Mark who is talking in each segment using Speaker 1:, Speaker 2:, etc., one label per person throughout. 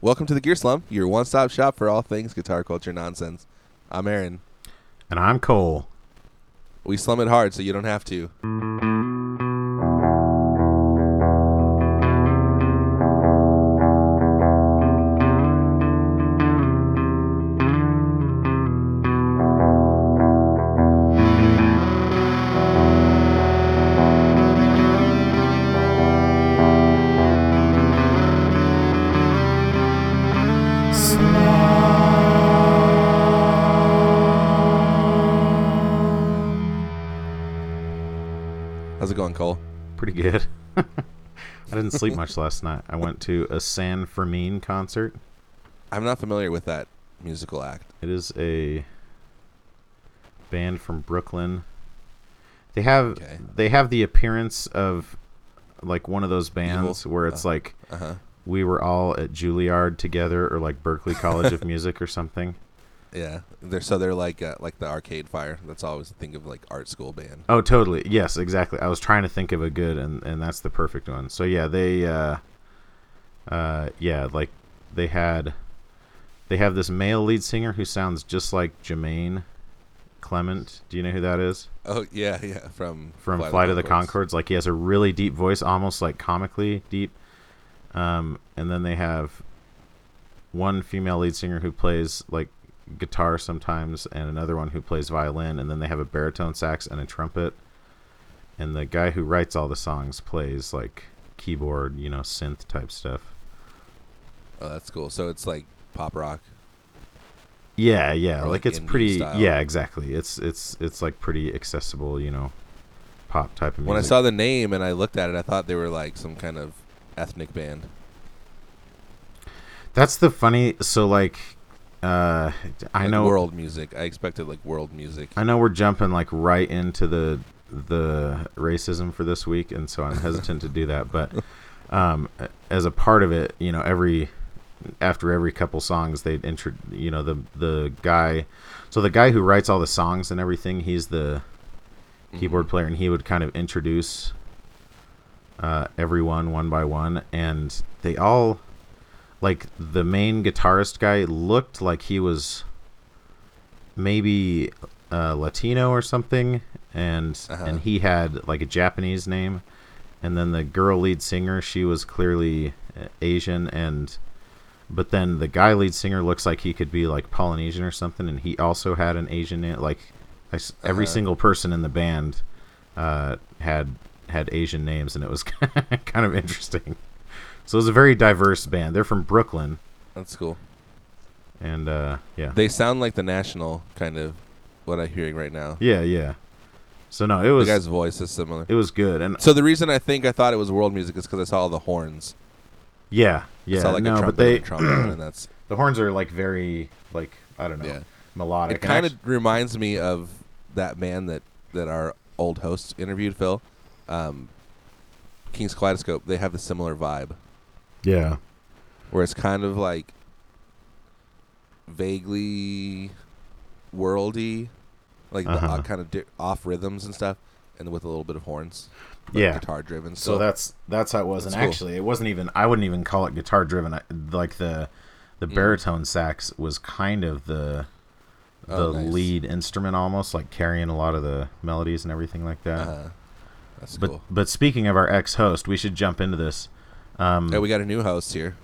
Speaker 1: Welcome to the Gear Slum, your one stop shop for all things guitar culture nonsense. I'm Aaron.
Speaker 2: And I'm Cole.
Speaker 1: We slum it hard so you don't have to. How's it going, Cole?
Speaker 2: Pretty good. I didn't sleep much last night. I went to a San Fermin concert.
Speaker 1: I'm not familiar with that musical act.
Speaker 2: It is a band from Brooklyn. They have
Speaker 1: Okay.
Speaker 2: they have the appearance of like one of those bands where it's like
Speaker 1: Uh huh.
Speaker 2: we were all at Juilliard together or like Berkeley College of Music or something.
Speaker 1: Yeah. They're so they're like uh, like the Arcade Fire. That's all I always think of like art school band.
Speaker 2: Oh, totally. Yes, exactly. I was trying to think of a good, and and that's the perfect one. So yeah, they, uh, uh, yeah, like they had, they have this male lead singer who sounds just like Jermaine Clement. Do you know who that is?
Speaker 1: Oh yeah, yeah. From
Speaker 2: From Flight, of the Concords. Like he has a really deep voice, almost like comically deep. Um, and then they have one female lead singer who plays like guitar sometimes and another one who plays violin and then they have a baritone sax and a trumpet and the guy who writes all the songs plays like keyboard you know synth type stuff
Speaker 1: Oh, that's cool. So it's like pop rock.
Speaker 2: yeah yeah
Speaker 1: Or, like,
Speaker 2: like, it's
Speaker 1: indie
Speaker 2: pretty
Speaker 1: style.
Speaker 2: yeah exactly it's it's it's like pretty accessible you know pop type of music
Speaker 1: When I saw the name and I looked at it, I thought they were like some kind of ethnic band.
Speaker 2: that's the funny so like uh i
Speaker 1: Like
Speaker 2: know
Speaker 1: world music. I expected like world music.
Speaker 2: I know we're jumping like right into the the racism for this week, and so I'm hesitant to do that. But um, as a part of it, you know, every after every couple songs, they'd intro, you know, the the guy. So the guy who writes all the songs and everything, he's the Mm-hmm. keyboard player, and he would kind of introduce uh, everyone one by one, and they all like the main guitarist guy looked like he was maybe uh, Latino or something, and
Speaker 1: Uh-huh.
Speaker 2: and he had like a Japanese name, and then the girl lead singer she was clearly uh, Asian, and but then the guy lead singer looks like he could be like Polynesian or something, and he also had an Asian name. Like I s every
Speaker 1: Uh-huh.
Speaker 2: single person in the band uh, had had Asian names, and it was kind of interesting. So it was a very diverse band. They're from Brooklyn,
Speaker 1: That's cool.
Speaker 2: and uh, yeah,
Speaker 1: They sound like the National kind of what I'm hearing right now.
Speaker 2: yeah, yeah. So no, it was
Speaker 1: the guy's voice is similar.
Speaker 2: it was good, and
Speaker 1: So the reason I think I thought it was world music is because I saw all the horns.
Speaker 2: yeah,
Speaker 1: I
Speaker 2: yeah.
Speaker 1: saw like
Speaker 2: no,
Speaker 1: a
Speaker 2: but
Speaker 1: trumpet
Speaker 2: they
Speaker 1: and a trombone, and that's
Speaker 2: the horns are like very like I don't know
Speaker 1: Yeah.
Speaker 2: melodic.
Speaker 1: it.
Speaker 2: and
Speaker 1: Kind of
Speaker 2: actu-
Speaker 1: reminds me of that man that that our old host interviewed, Phil. Um, King's Kaleidoscope. They have the similar vibe
Speaker 2: yeah,
Speaker 1: where it's kind of like vaguely worldy, like the
Speaker 2: Uh-huh.
Speaker 1: uh, kind of di- off rhythms and stuff, and with a little bit of horns,
Speaker 2: yeah.
Speaker 1: guitar driven.
Speaker 2: So that's that's how it was.
Speaker 1: That's
Speaker 2: and
Speaker 1: cool.
Speaker 2: actually, it wasn't even. I wouldn't even call it guitar driven. I, like the the
Speaker 1: Mm-hmm.
Speaker 2: baritone sax was kind of the the
Speaker 1: Oh, nice.
Speaker 2: lead instrument almost, like carrying a lot of the melodies and everything like that.
Speaker 1: uh, that's
Speaker 2: but
Speaker 1: cool.
Speaker 2: but speaking of our ex host, we should jump into this. Um,
Speaker 1: Hey, we got a new host here.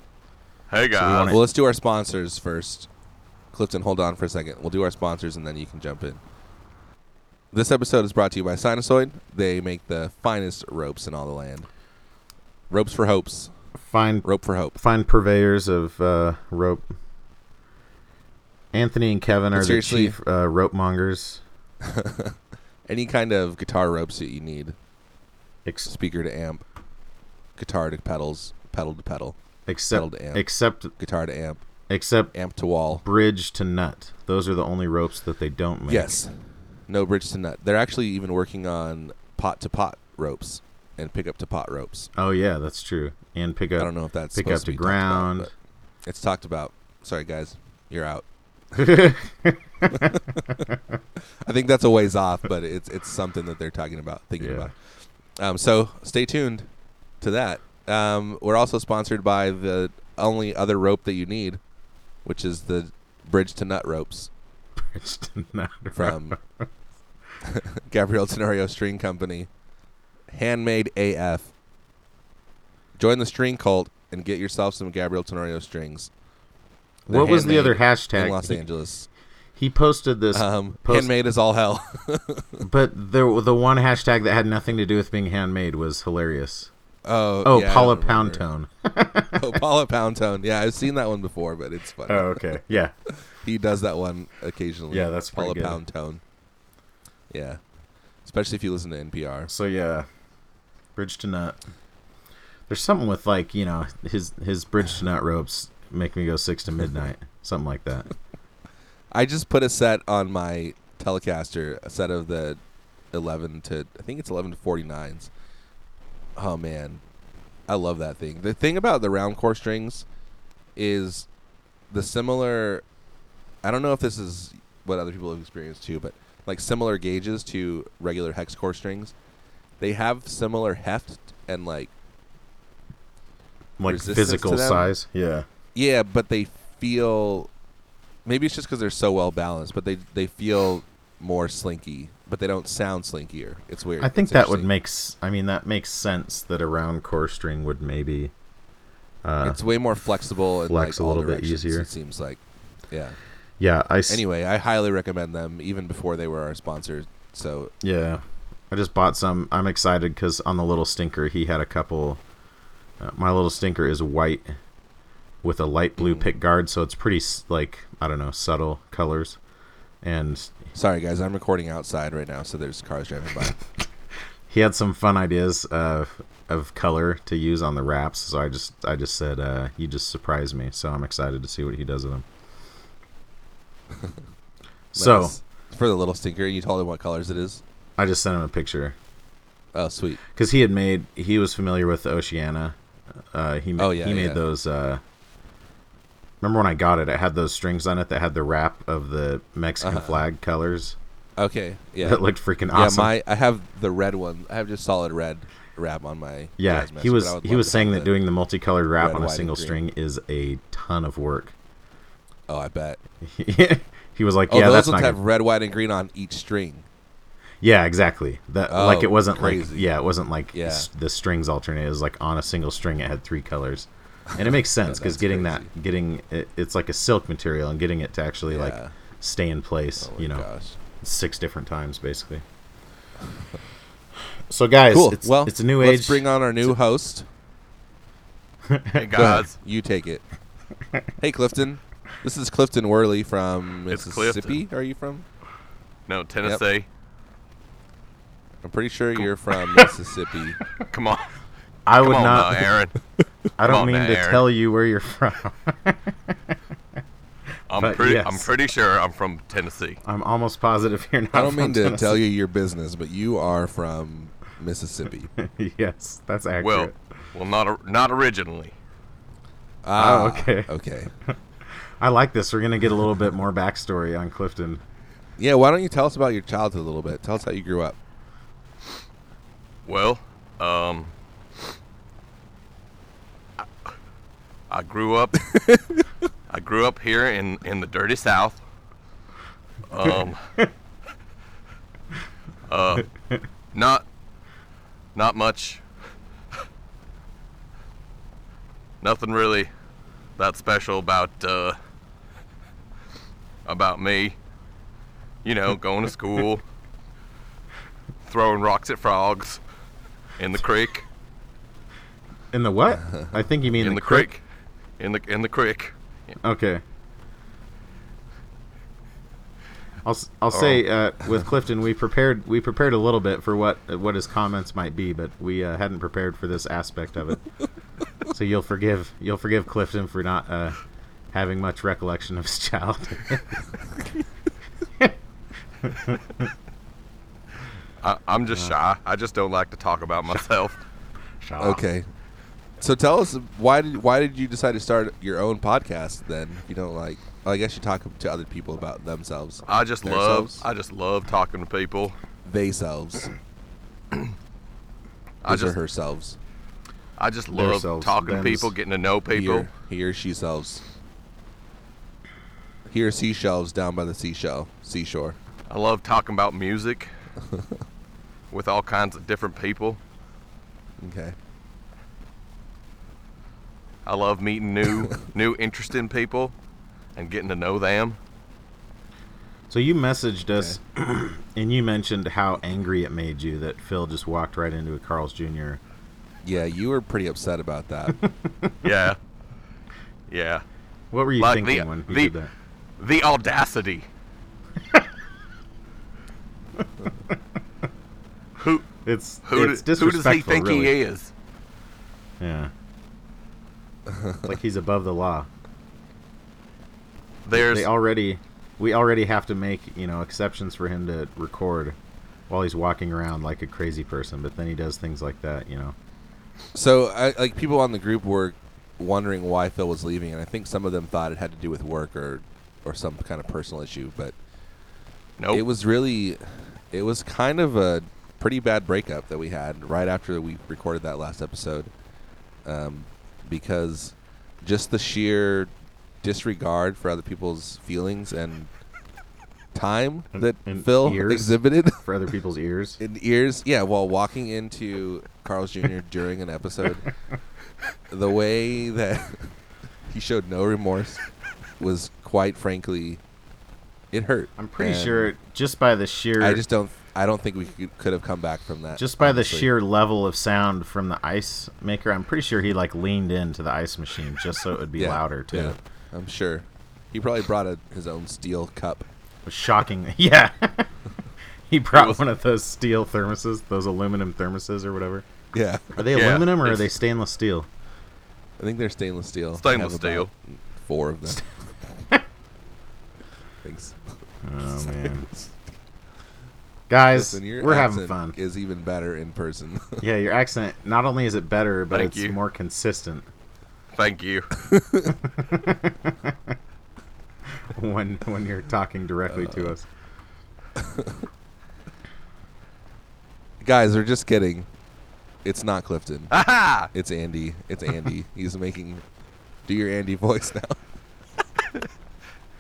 Speaker 3: Hey guys.
Speaker 1: Well, let's do our sponsors first. Clifton, hold on for a second. We'll do our sponsors and then you can jump in. This episode is brought to you by Sinusoid. They make the finest ropes in all the land. Ropes for hopes.
Speaker 2: find
Speaker 1: Rope for hope.
Speaker 2: find purveyors of uh, rope. Anthony and Kevin
Speaker 1: But
Speaker 2: are the
Speaker 1: seriously-
Speaker 2: chief uh, rope mongers.
Speaker 1: Any kind of guitar ropes that you need
Speaker 2: Ex-
Speaker 1: speaker to amp, guitar to pedals, pedal to pedal,
Speaker 2: except
Speaker 1: Held amp.
Speaker 2: except
Speaker 1: guitar to amp,
Speaker 2: except
Speaker 1: amp to wall.
Speaker 2: bridge to nut. Those are the only ropes that they don't make.
Speaker 1: Yes. No bridge to nut. They're actually even working on pot to pot ropes and pickup to pot ropes.
Speaker 2: Oh yeah, that's true. And pick
Speaker 1: I
Speaker 2: up
Speaker 1: don't know if that's
Speaker 2: pick
Speaker 1: supposed
Speaker 2: up
Speaker 1: to
Speaker 2: to
Speaker 1: be talked about,
Speaker 2: ground.
Speaker 1: but- It's talked about. Sorry, guys, you're out. I think that's a ways off, but it's it's something that they're talking about, thinking
Speaker 2: Yeah.
Speaker 1: about. Um, so stay tuned to that. Um, we're also sponsored by the only other rope that you need, which is the bridge to nut ropes
Speaker 2: Bridgeton Nut
Speaker 1: from Gabriel Tenorio String Company, handmade AF. Join the string cult and get yourself some Gabriel Tenorio strings. They're
Speaker 2: What was the other
Speaker 1: handmade
Speaker 2: hashtag?
Speaker 1: in Los
Speaker 2: He-
Speaker 1: Angeles?
Speaker 2: He posted this,
Speaker 1: Um,
Speaker 2: post-
Speaker 1: handmade is all hell.
Speaker 2: but the the one hashtag that had nothing to do with being handmade was hilarious.
Speaker 1: oh,
Speaker 2: Oh,
Speaker 1: yeah, I
Speaker 2: Paula
Speaker 1: don't remember.
Speaker 2: Poundtone.
Speaker 1: Oh, Paula Poundtone. Yeah, I've seen that one before, but it's funny.
Speaker 2: oh, okay, yeah,
Speaker 1: he does that one occasionally.
Speaker 2: Yeah, that's
Speaker 1: Paula
Speaker 2: pretty
Speaker 1: Pound Tone. Yeah, especially if you listen to NPR.
Speaker 2: so yeah, bridge to nut. There's something with like you know his his bridge to nut ropes make me go six to midnight, something like that.
Speaker 1: I just put a set on my Telecaster, a set of the eleven to I think it's eleven to forty nines. Oh man, I love that thing. The thing about the round core strings is the similar. I don't know if this is what other people have experienced too, but like similar gauges to regular hex core strings, they have similar heft and like
Speaker 2: Like
Speaker 1: Resistance to
Speaker 2: physical
Speaker 1: them?
Speaker 2: size, yeah.
Speaker 1: Yeah, but they feel maybe it's just because they're so well balanced, but they they feel more slinky, but they don't sound slinkier. It's weird.
Speaker 2: I think
Speaker 1: It's
Speaker 2: that would
Speaker 1: interesting.
Speaker 2: make. s- I mean, that makes sense that a round core string would maybe. Uh,
Speaker 1: it's way more flexible and
Speaker 2: flex
Speaker 1: like,
Speaker 2: a
Speaker 1: all
Speaker 2: little bit
Speaker 1: directions,
Speaker 2: easier.
Speaker 1: It seems like, yeah.
Speaker 2: yeah, I s-
Speaker 1: Anyway, I highly recommend them even before they were our sponsor. So
Speaker 2: Yeah, I just bought some. I'm excited because on the little stinker he had a couple. Uh, my little stinker is white with a light blue
Speaker 1: Mm.
Speaker 2: pick guard, so it's pretty s- like I don't know subtle colors, and
Speaker 1: sorry guys, I'm recording outside right now, so there's cars driving by.
Speaker 2: he had some fun ideas of of color to use on the wraps. So I just I just said uh, you just surprised me, so I'm excited to see what he does with them. so
Speaker 1: Nice. for the little stinker, you told him what colors it is.
Speaker 2: I just sent him a picture
Speaker 1: Oh, sweet.
Speaker 2: because he had made he was familiar with Oceana. Uh, he ma-
Speaker 1: Oh, yeah,
Speaker 2: he made
Speaker 1: yeah.
Speaker 2: those. Uh, remember when I got it? It had those strings on it that had the wrap of the Mexican
Speaker 1: Uh-huh.
Speaker 2: flag colors.
Speaker 1: Okay, yeah.
Speaker 2: That looked freaking awesome.
Speaker 1: Yeah, my I have the red one. I have just solid red wrap on my.
Speaker 2: Yeah,
Speaker 1: Jazzmaster,
Speaker 2: he
Speaker 1: but
Speaker 2: was
Speaker 1: I would
Speaker 2: he
Speaker 1: love
Speaker 2: was
Speaker 1: to
Speaker 2: saying
Speaker 1: have
Speaker 2: that
Speaker 1: the-
Speaker 2: doing the multicolored wrap
Speaker 1: red,
Speaker 2: on
Speaker 1: white,
Speaker 2: a
Speaker 1: and
Speaker 2: single
Speaker 1: green.
Speaker 2: string is a ton of work.
Speaker 1: Oh, I bet.
Speaker 2: he was like,
Speaker 1: Oh,
Speaker 2: "Yeah,
Speaker 1: those
Speaker 2: that's
Speaker 1: ones
Speaker 2: not
Speaker 1: have
Speaker 2: good.
Speaker 1: red, white, and green on each string.
Speaker 2: yeah, exactly." That like
Speaker 1: Oh,
Speaker 2: it wasn't
Speaker 1: crazy.
Speaker 2: like yeah, it wasn't like
Speaker 1: Yeah.
Speaker 2: s- the strings alternate. It was like on a single string, it had three colors, and it makes sense
Speaker 1: Oh,
Speaker 2: because
Speaker 1: that's
Speaker 2: getting
Speaker 1: crazy.
Speaker 2: that getting it, it's like a silk material and getting it to actually like
Speaker 1: Yeah.
Speaker 2: stay in place,
Speaker 1: Oh my
Speaker 2: you know,
Speaker 1: gosh.
Speaker 2: six different times basically. So guys,
Speaker 1: Cool.
Speaker 2: it's,
Speaker 1: well,
Speaker 2: it's a new
Speaker 1: let's
Speaker 2: age.
Speaker 1: bring on our new host.
Speaker 3: Hey
Speaker 1: Go ahead.
Speaker 3: guys,
Speaker 1: you take it. hey, Clifton. This is Clifton Worley from
Speaker 3: It's
Speaker 1: Mississippi. Are you from?
Speaker 3: no Tennessee.
Speaker 1: I'm pretty sure you're from Mississippi.
Speaker 3: Come on,
Speaker 2: I
Speaker 3: come
Speaker 2: would
Speaker 3: on,
Speaker 2: not.
Speaker 3: now, Aaron.
Speaker 2: I don't
Speaker 3: on
Speaker 2: mean
Speaker 3: now,
Speaker 2: to
Speaker 3: Aaron.
Speaker 2: tell you where you're from.
Speaker 3: I'm
Speaker 2: But
Speaker 3: pretty.
Speaker 2: yes.
Speaker 3: I'm pretty sure I'm from Tennessee.
Speaker 2: I'm almost positive you're not.
Speaker 1: I don't mean
Speaker 2: from
Speaker 1: to
Speaker 2: Tennessee.
Speaker 1: tell you your business, but you are from Mississippi.
Speaker 2: Oh, yes, that's accurate.
Speaker 3: Well, well, not or- not originally.
Speaker 1: Ah,
Speaker 2: Oh, okay.
Speaker 1: Okay.
Speaker 2: I like this. We're gonna get a little bit more backstory on Clifton.
Speaker 1: Yeah, why don't you tell us about your childhood a little bit? Tell us how you grew up.
Speaker 3: Well, um, I, I grew up. I grew up here in in the dirty South. Um, uh, not not much. Nothing really that special about uh, about me. You know, going to school, throwing rocks at frogs in the creek,
Speaker 2: In the what? I think you mean
Speaker 3: in,
Speaker 2: the,
Speaker 3: the
Speaker 2: creek.
Speaker 3: creek, in the in the creek.
Speaker 2: Okay. I'll, s- I'll say
Speaker 3: Oh.
Speaker 2: uh, with Clifton we prepared we prepared a little bit for what what his comments might be, but we uh, hadn't prepared for this aspect of it. so you'll forgive you'll forgive Clifton for not uh, having much recollection of his childhood.
Speaker 3: I, I'm just
Speaker 2: Uh-huh.
Speaker 3: shy. I just don't like to talk about myself. Um,
Speaker 1: Okay. So tell us why did why did you decide to start your own podcast then? If you don't like well, I guess you talk to other people about themselves.
Speaker 3: I just love.
Speaker 1: Themselves?
Speaker 3: I just love talking to people.
Speaker 1: Theyselves.
Speaker 3: I
Speaker 1: His or
Speaker 3: just
Speaker 1: herselves.
Speaker 3: I just
Speaker 2: Their
Speaker 3: love
Speaker 2: selves,
Speaker 3: talking to
Speaker 2: thems.
Speaker 3: people, getting to know
Speaker 1: He
Speaker 3: people.
Speaker 1: or, he or she sells. He or she shelves down by the seashell seashore.
Speaker 3: I love talking about music with all kinds of different people.
Speaker 1: Okay.
Speaker 3: I love meeting new, new, interesting people, and getting to know them.
Speaker 2: So you messaged us, and you mentioned how angry it made you that Phil just walked right into a Carl's Jr.
Speaker 1: Yeah, you were pretty upset about that.
Speaker 3: Yeah, yeah.
Speaker 2: What were you
Speaker 3: Like
Speaker 2: thinking
Speaker 3: the-
Speaker 2: when you
Speaker 3: the-
Speaker 2: did that?
Speaker 3: The audacity. who
Speaker 2: It's
Speaker 3: who,
Speaker 2: it's
Speaker 3: do- who does
Speaker 2: disrespectful.
Speaker 3: he think
Speaker 2: really.
Speaker 3: he is?
Speaker 2: Yeah. It's like he's above the law.
Speaker 3: There's
Speaker 2: They already, we already have to make you know exceptions for him to record while he's walking around like a crazy person. But then he does things like that, you know.
Speaker 1: so, I, like people on the group were wondering why Phil was leaving, and I think some of them thought it had to do with work or, or some kind of personal issue. But
Speaker 3: nope.
Speaker 1: it was really, it was kind of a pretty bad breakup that we had right after we recorded that last episode, um, because just the sheer disregard for other people's feelings and time
Speaker 2: And-
Speaker 1: that
Speaker 2: and
Speaker 1: Phil
Speaker 2: ears.
Speaker 1: exhibited.
Speaker 2: For other people's ears.
Speaker 1: in ears. Yeah, while walking into Carl's Jr. during an episode, the way that he showed no remorse was quite frankly, it hurt.
Speaker 2: I'm pretty
Speaker 1: And
Speaker 2: sure just by the sheer
Speaker 1: I just don't. I don't think we could, could have come back from that.
Speaker 2: just by
Speaker 1: honestly.
Speaker 2: the sheer level of sound from the ice maker, I'm pretty sure he like leaned into the ice machine just so it would be
Speaker 1: Yeah,
Speaker 2: louder too.
Speaker 1: yeah, I'm sure. He probably brought a, his own steel cup.
Speaker 2: It was shocking. Yeah. he brought
Speaker 3: It was-
Speaker 2: one of those steel thermoses, those aluminum thermoses or whatever.
Speaker 1: Yeah,
Speaker 2: Are they
Speaker 3: Yeah,
Speaker 2: aluminum or are
Speaker 3: it's-
Speaker 2: they stainless steel?
Speaker 1: I think they're stainless steel. I
Speaker 3: Stainless
Speaker 1: have about
Speaker 3: steel.
Speaker 1: Four of them. Thanks.
Speaker 2: Oh man. Guys,
Speaker 1: Listen, your
Speaker 2: we're having
Speaker 1: accent
Speaker 2: fun.
Speaker 1: Is even better in person.
Speaker 2: yeah, your accent not only is it better, but
Speaker 3: Thank
Speaker 2: it's
Speaker 3: you.
Speaker 2: more consistent
Speaker 3: Thank you.
Speaker 2: when when you're talking directly to us.
Speaker 1: Guys, we're just kidding. It's not Clifton.
Speaker 3: Ah. Aha!
Speaker 1: It's Andy. It's Andy. He's making. Do your Andy voice now.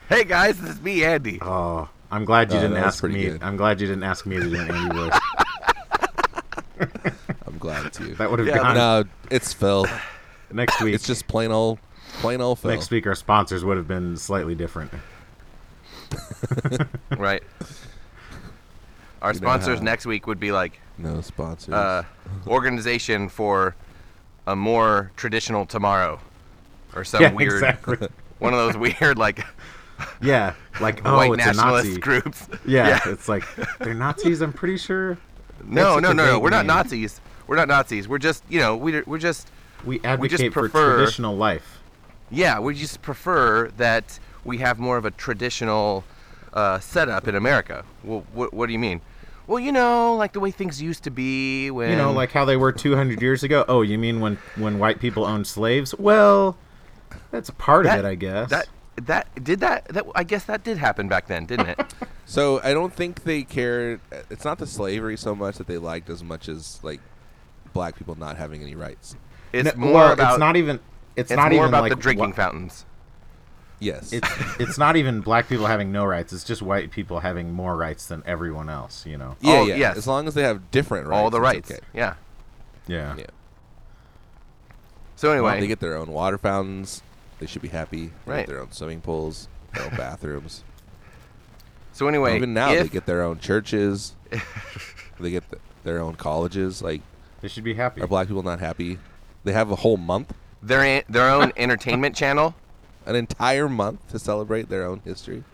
Speaker 3: Hey guys, this is me, Andy.
Speaker 2: Oh, I'm glad you
Speaker 1: Oh,
Speaker 2: didn't
Speaker 1: that was
Speaker 2: ask
Speaker 1: pretty
Speaker 2: me.
Speaker 1: good.
Speaker 2: I'm glad you didn't ask me to do an Andy voice.
Speaker 1: I'm glad it's you.
Speaker 2: That would have
Speaker 3: Yeah,
Speaker 2: gone
Speaker 1: No, it's Phil.
Speaker 2: next week.
Speaker 1: It's just plain old, plain old Phil.
Speaker 2: next week. Our sponsors would have been slightly different.
Speaker 3: Right. Our
Speaker 1: You know
Speaker 3: sponsors
Speaker 1: how-
Speaker 3: next week would be like
Speaker 1: No sponsors.
Speaker 3: uh, organization for a more traditional tomorrow, or some
Speaker 2: yeah,
Speaker 3: weird
Speaker 2: exactly.
Speaker 3: one of those weird like
Speaker 2: Yeah, like oh,
Speaker 3: white
Speaker 2: it's a
Speaker 3: nationalist
Speaker 2: Nazi.
Speaker 3: groups.
Speaker 2: Yeah, it's like they're Nazis. I'm pretty sure.
Speaker 3: No,
Speaker 2: such
Speaker 3: no,
Speaker 2: a
Speaker 3: no, no.
Speaker 2: vague
Speaker 3: We're not
Speaker 2: name.
Speaker 3: Nazis. We're not Nazis. We're just you know we're we're just
Speaker 2: We advocate for
Speaker 3: prefer-
Speaker 2: traditional life.
Speaker 3: yeah we just prefer that we have more of a traditional uh, setup in America. Well, what what do you mean? Well, you know, like the way things used to be when
Speaker 2: You know, like how they were 200 years ago. Oh, you mean when when white people owned slaves? Well, that's a part
Speaker 3: That-
Speaker 2: of it, I guess.
Speaker 3: that that did that that I guess that did happen back then, didn't it?
Speaker 1: so I don't think they cared. It's not the slavery so much that they liked as much as like black people not having any rights.
Speaker 2: No,
Speaker 3: It's more
Speaker 2: well,
Speaker 3: about
Speaker 2: it's not even. It's,
Speaker 3: it's
Speaker 2: not
Speaker 3: more
Speaker 2: even
Speaker 3: about
Speaker 2: like
Speaker 3: the drinking
Speaker 2: wha-
Speaker 3: fountains.
Speaker 1: Yes.
Speaker 2: It's it's not even black people having no rights. It's just white people having more rights than everyone else. You know.
Speaker 1: yeah,
Speaker 3: all-
Speaker 1: yeah.
Speaker 3: yes.
Speaker 1: As long as they have different rights.
Speaker 3: all the
Speaker 1: it's
Speaker 3: rights.
Speaker 1: okay.
Speaker 3: Yeah.
Speaker 2: Yeah.
Speaker 1: Yeah.
Speaker 3: So
Speaker 1: Well, they
Speaker 3: anyway,
Speaker 1: get their own water fountains. They should be happy. They
Speaker 3: Right.
Speaker 1: Get their own swimming pools. Their own bathrooms.
Speaker 3: so anyway,
Speaker 1: Even now, they
Speaker 3: if-
Speaker 1: get their own churches. they get th- their own colleges. Like,
Speaker 2: They should be happy.
Speaker 1: are black people not happy? They have a whole month,
Speaker 3: their en- their own entertainment channel.
Speaker 1: an entire month to celebrate their own history.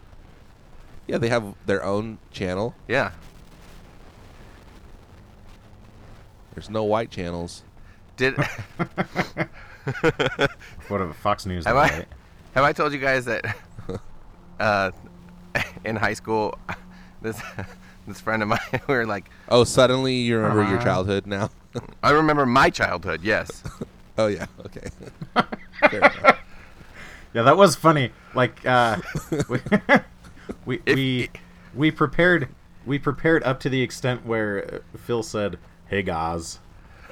Speaker 1: Yeah, they have their own channel.
Speaker 3: Yeah.
Speaker 1: There's no white channels.
Speaker 3: Did
Speaker 2: What a Fox News.
Speaker 3: Have
Speaker 2: now,
Speaker 3: I-
Speaker 2: right?
Speaker 3: have I told you guys that uh, in high school this this friend of mine we were like
Speaker 1: Oh, suddenly you remember your
Speaker 2: Uh-huh.
Speaker 1: childhood now?
Speaker 3: I remember my childhood. Yes.
Speaker 1: oh, yeah. Okay. Fair enough.
Speaker 2: Yeah, that was funny. Like uh, we we, we we prepared we prepared up to the extent where uh, Phil said, "Hey guys,"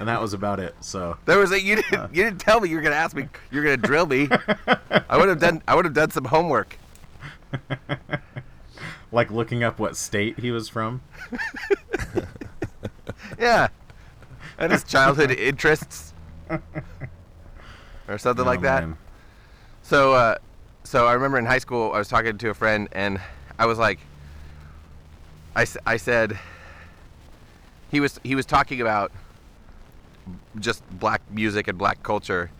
Speaker 2: and that was about it. So
Speaker 3: There was a you didn't
Speaker 2: Uh.
Speaker 3: you didn't tell me you were gonna ask me you're gonna drill me. I would have done I would have done some homework.
Speaker 2: like looking up what state he was from.
Speaker 3: Yeah, and his childhood interests or something like
Speaker 2: Oh,
Speaker 3: that.
Speaker 2: man.
Speaker 3: So, uh, so I remember in high school, I was talking to a friend, and I was like, I, s- I said, he was he was talking about just black music and black culture,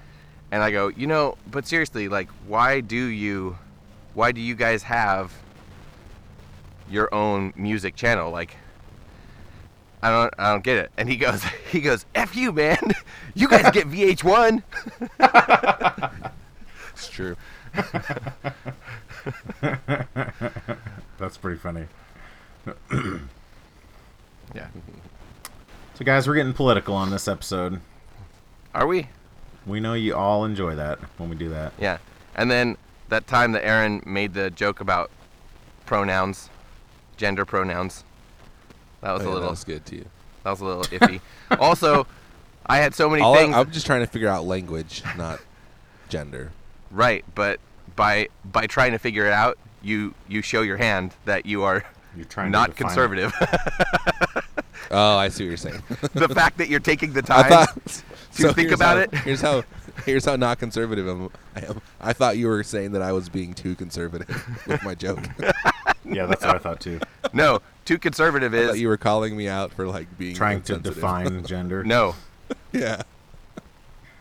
Speaker 3: and I go, you know, but seriously, like, why do you, why do you guys have your own music channel, like? I don't, I don't get it. And he goes, he goes, F you, man. You guys get VH1.
Speaker 1: It's true.
Speaker 2: That's pretty funny.
Speaker 3: Yeah.
Speaker 2: So guys, we're getting political on this episode.
Speaker 3: Are we?
Speaker 2: We know you all enjoy that when we do that.
Speaker 3: Yeah. And then that time that Aaron made the joke about pronouns, gender pronouns. That was
Speaker 1: Oh, yeah,
Speaker 3: a little
Speaker 1: That was good to you.
Speaker 3: that was a little iffy. also, I had so many
Speaker 1: All I,
Speaker 3: things
Speaker 1: I'm just trying to figure out language, not gender.
Speaker 3: right, but by by trying to figure it out, you you show your hand that you are
Speaker 2: You're trying to
Speaker 3: not
Speaker 2: define it.
Speaker 3: conservative.
Speaker 1: Oh, I see what you're saying.
Speaker 3: the fact that you're taking the
Speaker 1: I
Speaker 3: time
Speaker 1: thought. so
Speaker 3: think
Speaker 1: here's
Speaker 3: about
Speaker 1: how-
Speaker 3: it?
Speaker 1: Here's how. Here's how not conservative I'm, I am. I thought you were saying that I was being too conservative with my joke.
Speaker 2: Yeah, that's what I thought too.
Speaker 3: No, too conservative
Speaker 1: I thought
Speaker 3: is
Speaker 1: you were calling me out for like being
Speaker 2: Trying to
Speaker 1: insensitive.
Speaker 2: define gender.
Speaker 3: no.
Speaker 1: Yeah.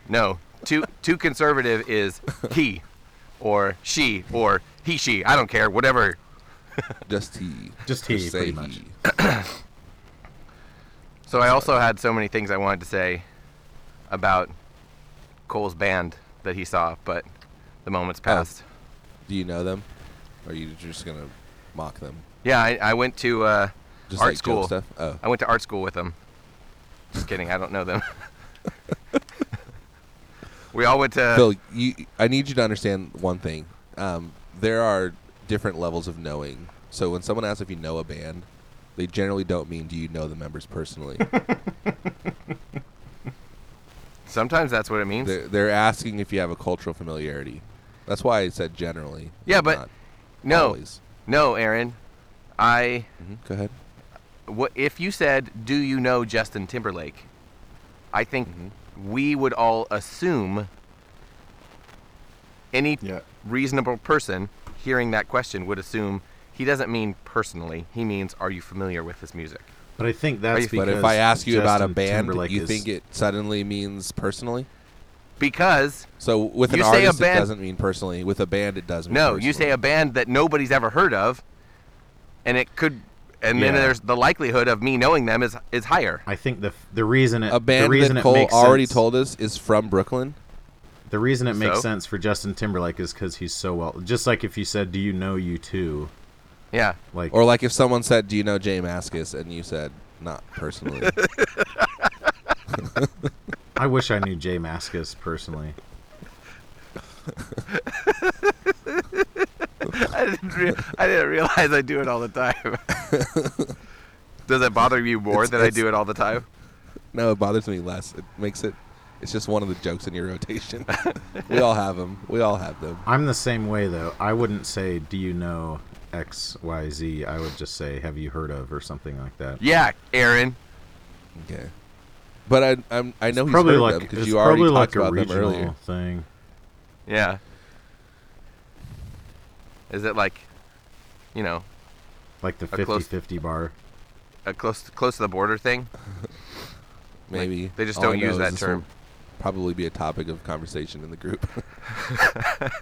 Speaker 3: No. Too too conservative is he or she or he she. I don't care, whatever
Speaker 1: Just he.
Speaker 2: Just he,
Speaker 1: say
Speaker 2: pretty much.
Speaker 3: So I also had so many things I wanted to say about Cole's band that he saw, but the
Speaker 1: Oh.
Speaker 3: moment's passed.
Speaker 1: Do you know them? Or are you just gonna mock them?
Speaker 3: Yeah, I, I went to uh,
Speaker 1: Just
Speaker 3: art
Speaker 1: like joke
Speaker 3: school. Uh,
Speaker 1: stuff. Oh,
Speaker 3: I went to art school with him. Just kidding, I don't know them. we all went to.
Speaker 1: Phil, you. I need you to understand one thing. Um, there are different levels of knowing. So when someone asks if you know a band, they generally don't mean do you know the members personally.
Speaker 3: Sometimes that's what it means.
Speaker 1: they're, they're asking if you have a cultural familiarity. That's why I said generally.
Speaker 3: Yeah,
Speaker 1: and
Speaker 3: but-
Speaker 1: not
Speaker 3: no,
Speaker 1: always.
Speaker 3: no, Aaron. I.
Speaker 1: Mhm, Go ahead.
Speaker 3: What if you said, "Do you know Justin Timberlake?" I think
Speaker 2: Mm-hmm.
Speaker 3: we would all assume any
Speaker 2: Yeah.
Speaker 3: reasonable person hearing that question would assume he doesn't mean personally. He means, "Are you familiar with this music?"
Speaker 2: But I think that's
Speaker 3: But if
Speaker 2: because
Speaker 1: But if I ask you about a
Speaker 2: Justin
Speaker 1: band,
Speaker 2: Timberlake
Speaker 1: you
Speaker 2: is-
Speaker 1: think it suddenly means personally.
Speaker 3: Because
Speaker 1: So with an
Speaker 3: You say a
Speaker 1: artist,
Speaker 3: band-
Speaker 1: it doesn't mean personally. With a band, it does. Mean
Speaker 3: no, you say
Speaker 1: personally.
Speaker 3: a band that nobody's ever heard of, and it could, and then
Speaker 2: Yeah.
Speaker 3: there's the likelihood of me knowing them is is higher.
Speaker 2: I think the the reason it
Speaker 1: a
Speaker 2: the
Speaker 1: band
Speaker 2: reason
Speaker 1: that
Speaker 2: it
Speaker 1: Cole
Speaker 2: makes
Speaker 1: already
Speaker 2: sense,
Speaker 1: told us is from Brooklyn.
Speaker 2: the reason it makes
Speaker 3: So?
Speaker 2: sense for Justin Timberlake is because he's so well. Just like if you said, "Do you know you too?"
Speaker 3: Yeah,
Speaker 2: Like
Speaker 1: Or like if someone said, "Do you know Jay Mascis?" and you said, "Not personally."
Speaker 2: I wish I knew Jay Mascis personally.
Speaker 3: I didn't, re- I didn't realize I do it all the time. Does it bother you more
Speaker 1: It's-
Speaker 3: that I
Speaker 1: it's-
Speaker 3: do it all the time?
Speaker 1: no, it bothers me less. It makes it. It's just one of the jokes in your rotation. we all have them. We all have them.
Speaker 2: I'm the same way though. I wouldn't say, "Do you know X Y Z?" I would just say, "Have you heard of?" or something like that.
Speaker 3: Yeah, Aaron.
Speaker 1: Okay. But I, I'm, I know he's
Speaker 2: probably
Speaker 1: heard
Speaker 2: like
Speaker 1: them because
Speaker 2: it's
Speaker 1: you already
Speaker 2: probably
Speaker 1: talked
Speaker 2: like a
Speaker 1: about them
Speaker 2: regional
Speaker 1: earlier.
Speaker 2: thing.
Speaker 3: Yeah. Is it like, you know,
Speaker 2: like the
Speaker 3: A close-
Speaker 2: 50-50 bar.
Speaker 3: a close close to the border thing?
Speaker 1: Maybe
Speaker 3: They just
Speaker 1: All I
Speaker 3: don't
Speaker 1: know
Speaker 3: use
Speaker 1: is
Speaker 3: that
Speaker 1: this will
Speaker 3: term.
Speaker 1: Probably be a topic of conversation in the group.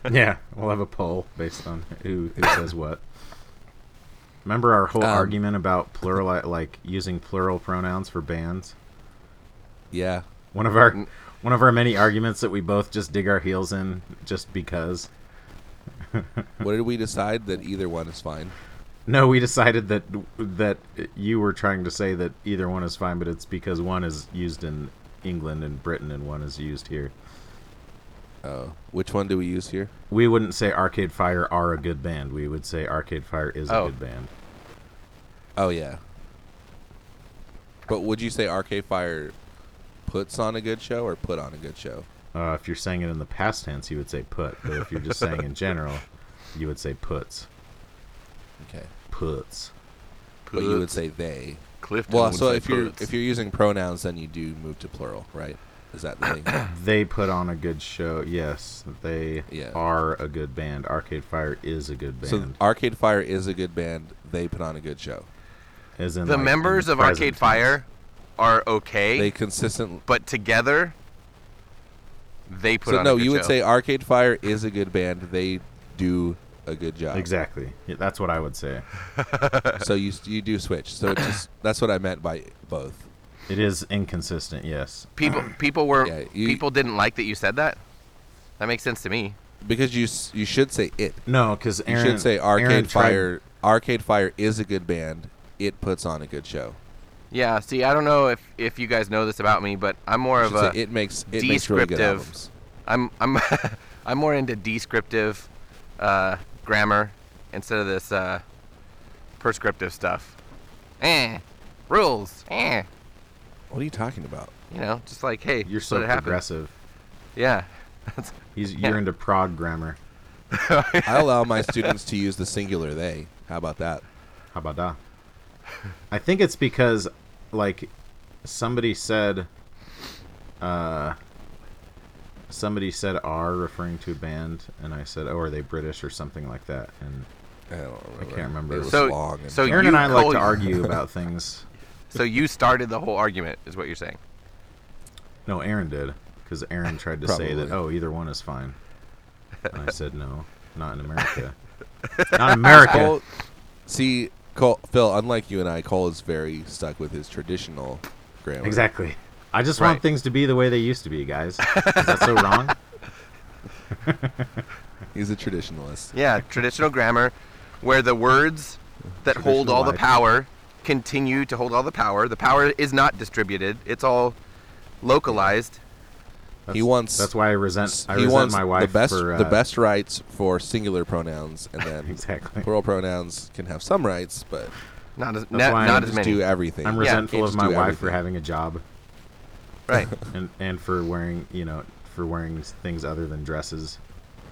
Speaker 2: Yeah, we'll have a poll based on who, who says what. Remember our whole
Speaker 1: Um,
Speaker 2: argument about plural, like using plural pronouns for bands.
Speaker 1: yeah.
Speaker 2: One of our one of our many arguments that we both just dig our heels in just because.
Speaker 1: What did we decide that either one is fine?
Speaker 2: No, we decided that that you were trying to say that either one is fine, but it's because one is used in England and Britain and one is used here.
Speaker 1: Oh, which one do we use here?
Speaker 2: We wouldn't say Arcade Fire are a good band. We would say Arcade Fire is a
Speaker 3: Oh.
Speaker 2: good band.
Speaker 1: Oh yeah. But would you say Arcade Fire puts on a good show or put on a good show?
Speaker 2: Uh, if you're saying it in the past tense, you would say put. But if you're just saying in general, you would say puts.
Speaker 1: Okay.
Speaker 2: Puts.
Speaker 1: But you would say they.
Speaker 3: Clifton.
Speaker 1: Well,
Speaker 3: would
Speaker 1: so
Speaker 3: say
Speaker 1: if you're
Speaker 3: puts.
Speaker 1: if you're using pronouns, then you do move to plural, right? Is that the thing?
Speaker 2: They put on a good show. Yes, they
Speaker 1: Yeah.
Speaker 2: are a good band. Arcade Fire is a good band.
Speaker 1: so Arcade Fire is a good band. They put on a good show.
Speaker 2: As in,
Speaker 3: the
Speaker 2: like, in
Speaker 3: members of
Speaker 2: present
Speaker 3: Arcade
Speaker 2: tense.
Speaker 3: Fire are okay,
Speaker 1: They consistent.
Speaker 3: but together they put
Speaker 1: So
Speaker 3: on.
Speaker 1: no,
Speaker 3: a good
Speaker 1: you would
Speaker 3: show.
Speaker 1: say Arcade Fire is a good band. They do a good job.
Speaker 2: Exactly. Yeah, that's what I would say.
Speaker 1: So you you do switch. So it's just, that's what I meant by both.
Speaker 2: It is inconsistent. Yes.
Speaker 3: people people were
Speaker 1: Yeah, you-
Speaker 3: people didn't like that you said that. That makes sense to me.
Speaker 1: Because you s- you should say it.
Speaker 2: No, because
Speaker 1: You
Speaker 2: Aaron
Speaker 1: should say Arcade
Speaker 2: Aaron tried-
Speaker 1: Fire. Arcade Fire is a good band. It puts on a good show.
Speaker 3: Yeah. See, I don't know if if you guys know this about me, but I'm more
Speaker 1: You
Speaker 3: of
Speaker 1: should say
Speaker 3: a
Speaker 1: it makes it makes really good
Speaker 3: descriptive-
Speaker 1: albums.
Speaker 3: I'm I'm I'm more into descriptive uh, grammar instead of this uh, prescriptive stuff. Eh, rules. Eh,
Speaker 1: What are you talking about?
Speaker 3: you know, just like hey,
Speaker 2: You're so
Speaker 3: let it happen.
Speaker 2: progressive.
Speaker 3: Yeah.
Speaker 2: He's
Speaker 3: Yeah.
Speaker 2: you're into prog grammar.
Speaker 1: I allow my students to use the singular they. How about that?
Speaker 2: How about that? I think it's because, like, somebody said, uh, somebody said "are" referring to a band, and I said, "Oh, are they British or something like that?" And
Speaker 1: I don't remember.
Speaker 2: can't remember.
Speaker 1: It was
Speaker 3: So-
Speaker 1: long and-
Speaker 3: so-
Speaker 2: Aaron
Speaker 3: Oh, you
Speaker 2: and I like
Speaker 3: call-
Speaker 2: to argue about things.
Speaker 3: So you started the whole argument, is what you're saying.
Speaker 2: No, Aaron did because Aaron tried to say that. Oh, either one is fine. And I said, "No, not in America. Not in America."
Speaker 1: Cole, see, Cole, Phil, unlike you and I, Cole is very stuck with his traditional grammar.
Speaker 2: Exactly. I just
Speaker 3: Right.
Speaker 2: want things to be the way they used to be, guys. Is that so wrong?
Speaker 1: He's a traditionalist.
Speaker 3: Yeah, traditional grammar, where the words that hold
Speaker 2: Traditional
Speaker 3: all the
Speaker 2: life.
Speaker 3: power continue to hold all the power. The power is not distributed; it's all localized.
Speaker 1: He wants-
Speaker 2: That's why I resent. I
Speaker 1: he
Speaker 2: resent
Speaker 1: wants
Speaker 2: my wife
Speaker 1: the best
Speaker 2: for uh,
Speaker 1: the best rights for singular pronouns, and then
Speaker 2: Exactly.
Speaker 1: plural pronouns can have some rights, but
Speaker 3: Not as not,
Speaker 2: why
Speaker 3: not
Speaker 2: I'm
Speaker 3: as
Speaker 1: just
Speaker 3: many.
Speaker 1: do everything.
Speaker 2: I'm
Speaker 3: Yeah,
Speaker 2: resentful
Speaker 1: can't
Speaker 2: of
Speaker 1: just
Speaker 2: my
Speaker 1: do
Speaker 2: wife for
Speaker 1: everything.
Speaker 2: having a job
Speaker 3: Right.
Speaker 2: and and for wearing you know for wearing s- things other than dresses.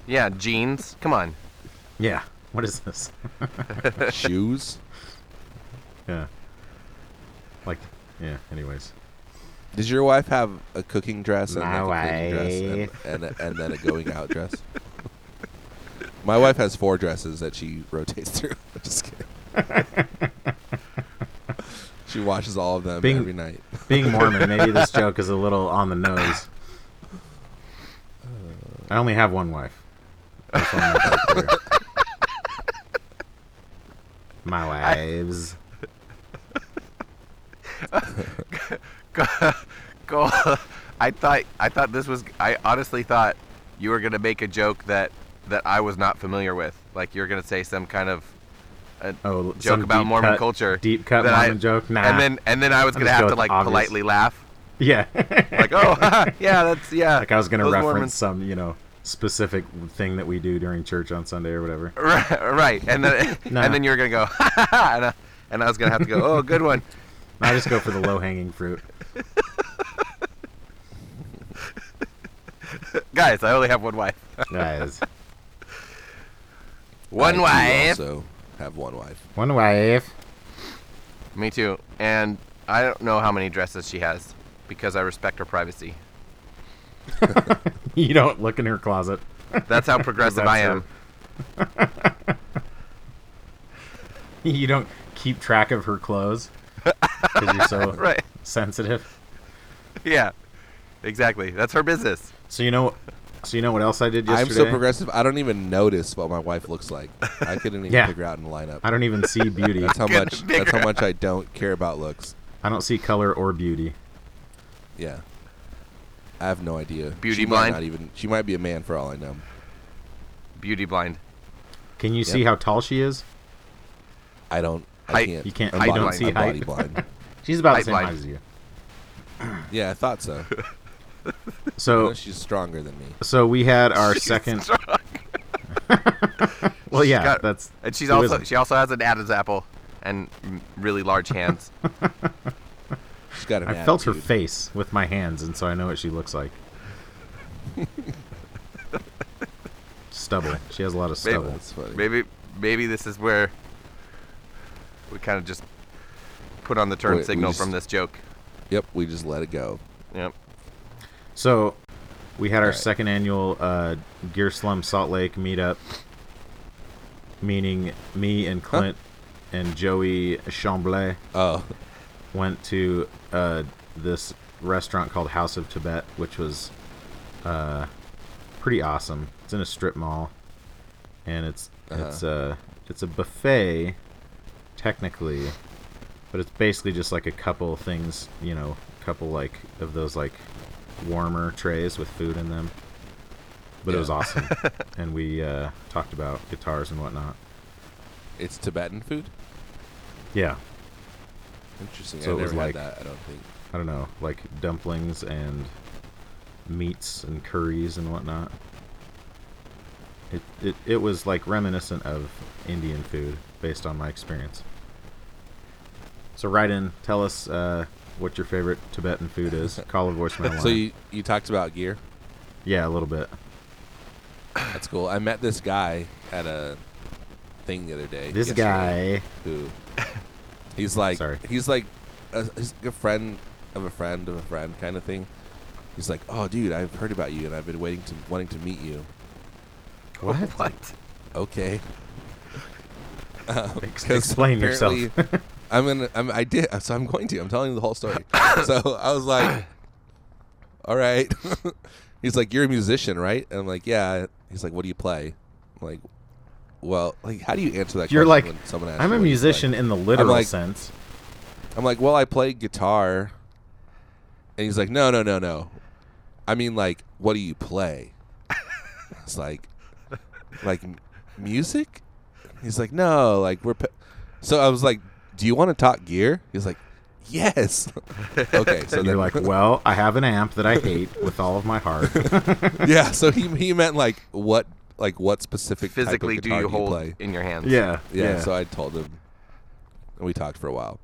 Speaker 3: Yeah, jeans. Come on.
Speaker 2: Yeah. What is this?
Speaker 1: shoes.
Speaker 2: yeah. Like yeah. Anyways,
Speaker 1: Does your wife have a cooking dress and like
Speaker 2: My
Speaker 1: a cleaning dress and, and and then a going out dress? My wife has four dresses that she rotates through. I'm just kidding. she washes all of them
Speaker 2: Being-
Speaker 1: every night.
Speaker 2: being Mormon, maybe this joke is a little on the nose. I only have one wife. I just wanna make that clear. My wives.
Speaker 3: Go. I thought I thought this was. I honestly thought you were gonna make a joke that that I was not familiar with. Like you're gonna say some kind of a
Speaker 2: Oh,
Speaker 3: joke
Speaker 2: some
Speaker 3: about
Speaker 2: deep
Speaker 3: Mormon
Speaker 2: cut-
Speaker 3: culture.
Speaker 2: Deep cut
Speaker 3: that I-
Speaker 2: Mormon joke. Nah.
Speaker 3: And then and then I was
Speaker 2: I'll
Speaker 3: gonna
Speaker 2: just
Speaker 3: have
Speaker 2: go
Speaker 3: to
Speaker 2: with
Speaker 3: like
Speaker 2: obvious.
Speaker 3: politely laugh.
Speaker 2: yeah.
Speaker 3: Like oh yeah that's yeah.
Speaker 2: like I was gonna
Speaker 3: those
Speaker 2: reference
Speaker 3: Mormons.
Speaker 2: some, you know, specific thing that we do during church on Sunday or whatever.
Speaker 3: Right, right. And then
Speaker 2: Nah.
Speaker 3: and then you were gonna go, and, I, and I was gonna have to go. Oh, good one.
Speaker 2: I just go for the low hanging fruit.
Speaker 3: Guys, I only have one wife.
Speaker 2: Guys,
Speaker 3: One
Speaker 1: I too
Speaker 3: wife.
Speaker 1: also have one wife.
Speaker 2: one wife.
Speaker 3: Me too. And I don't know how many dresses she has because I respect her privacy.
Speaker 2: You don't look in her closet.
Speaker 3: That's how progressive I am.
Speaker 2: You don't keep track of her clothes because you're so
Speaker 3: Right.
Speaker 2: sensitive.
Speaker 3: Yeah. Exactly. That's her business.
Speaker 2: So you know, so you know what else I did
Speaker 1: I'm so
Speaker 2: yesterday?
Speaker 1: progressive. I don't even notice what my wife looks like. I couldn't even
Speaker 2: Yeah.
Speaker 1: figure out in the lineup.
Speaker 2: I don't even see beauty.
Speaker 1: That's how
Speaker 3: couldn't
Speaker 1: much.
Speaker 3: figure
Speaker 1: That's how much I don't care about looks.
Speaker 2: I don't see color or beauty.
Speaker 1: Yeah. I have no idea.
Speaker 3: Beauty
Speaker 1: she
Speaker 3: blind?
Speaker 1: Might not even. She might be a man for all I know.
Speaker 3: Beauty blind.
Speaker 2: Can you see
Speaker 1: Yep.
Speaker 2: how tall she is?
Speaker 1: I don't. I
Speaker 3: Height.
Speaker 1: can't.
Speaker 2: You can't-
Speaker 1: I'm
Speaker 2: I
Speaker 1: body-
Speaker 2: don't see
Speaker 1: I'm body
Speaker 2: height.
Speaker 1: blind.
Speaker 2: She's about the
Speaker 3: Height
Speaker 2: same
Speaker 3: blind.
Speaker 2: height as you.
Speaker 1: Yeah, I thought so. I know
Speaker 2: So,
Speaker 1: she's stronger than me.
Speaker 2: so we had our second.
Speaker 3: strong.
Speaker 2: Well, yeah,
Speaker 3: got-
Speaker 2: that's
Speaker 3: And she's
Speaker 2: who
Speaker 3: also
Speaker 2: isn't?
Speaker 3: she also has an Adam's apple and m- really large hands.
Speaker 1: She's got an
Speaker 2: I felt her
Speaker 1: attitude.
Speaker 2: face with my hands, and so I know what she looks like. stubble. She has a lot of
Speaker 1: Oh,
Speaker 2: stubble.
Speaker 1: that's funny.
Speaker 3: Maybe maybe this is where we kind of just put on the turn
Speaker 1: Wait, we
Speaker 3: signal
Speaker 1: just-
Speaker 3: from this joke.
Speaker 1: Yep, we just let it go.
Speaker 3: Yep.
Speaker 2: So, we had our
Speaker 1: Alright.
Speaker 2: second annual uh, Gear Slum Salt Lake meetup, meaning me and Clint and Joey Chamblay
Speaker 1: Oh,
Speaker 2: went to uh, this restaurant called House of Tibet, which was uh, pretty awesome. It's in a strip mall, and it's
Speaker 1: Uh-huh.
Speaker 2: it's a it's a buffet, technically, but it's basically just like a couple things, you know, couple like of those like warmer trays with food in them. But it was
Speaker 1: Yeah.
Speaker 2: awesome, and we uh, talked about guitars and whatnot.
Speaker 1: it's Tibetan food.
Speaker 2: Yeah,
Speaker 1: Interesting.
Speaker 2: So
Speaker 1: I've
Speaker 2: it
Speaker 1: never
Speaker 2: was
Speaker 1: had
Speaker 2: like-
Speaker 1: that. I don't think.
Speaker 2: I don't know, like dumplings and meats and curries and whatnot. It, it, it was like reminiscent of Indian food based on my experience. So write in, tell us uh, what your favorite Tibetan food is. Call a voicemail line.
Speaker 1: So you you talked about gear.
Speaker 2: yeah, a little bit.
Speaker 1: That's cool. I met this guy at a thing the other day.
Speaker 2: This
Speaker 1: yesterday
Speaker 2: guy,
Speaker 1: who he's like
Speaker 2: Sorry.
Speaker 1: he's like a, he's like a friend of a friend of a friend kind of thing. He's like, "Oh, dude, I've heard about you and I've been waiting to wanting to meet you."
Speaker 2: What?
Speaker 3: What?
Speaker 1: Okay. Um,
Speaker 2: Ex-
Speaker 1: 'cause
Speaker 2: explain yourself.
Speaker 1: apparently I'm gonna. I'm, I did. So I'm going to. I'm telling you the whole story. so I was like, "All right." He's like, "You're a musician, right?" And I'm like, "Yeah." He's like, "What do you play?" I'm like, "Well, like, how do you answer that?"
Speaker 2: You're
Speaker 1: question
Speaker 2: like,
Speaker 1: when someone asks
Speaker 2: I'm
Speaker 1: you
Speaker 2: a
Speaker 1: what you play?"
Speaker 2: musician in the literal
Speaker 1: like-
Speaker 2: sense.
Speaker 1: I'm like, well, I play guitar. And he's like, no, no, no, no. I mean, like, what do you play? It's like, like m- music. He's like, no, like we're. Pe-. So I was like, do you want to talk gear? He's like, yes. okay, so
Speaker 2: And
Speaker 1: then
Speaker 2: you're like, well, I have an amp that I hate with all of my heart.
Speaker 1: yeah. So he he meant like what like what specific type of
Speaker 3: Physically, do
Speaker 1: guitar
Speaker 3: you hold
Speaker 1: play?
Speaker 3: in your hands?
Speaker 2: yeah,
Speaker 1: Yeah, So I told him, and we talked for a while.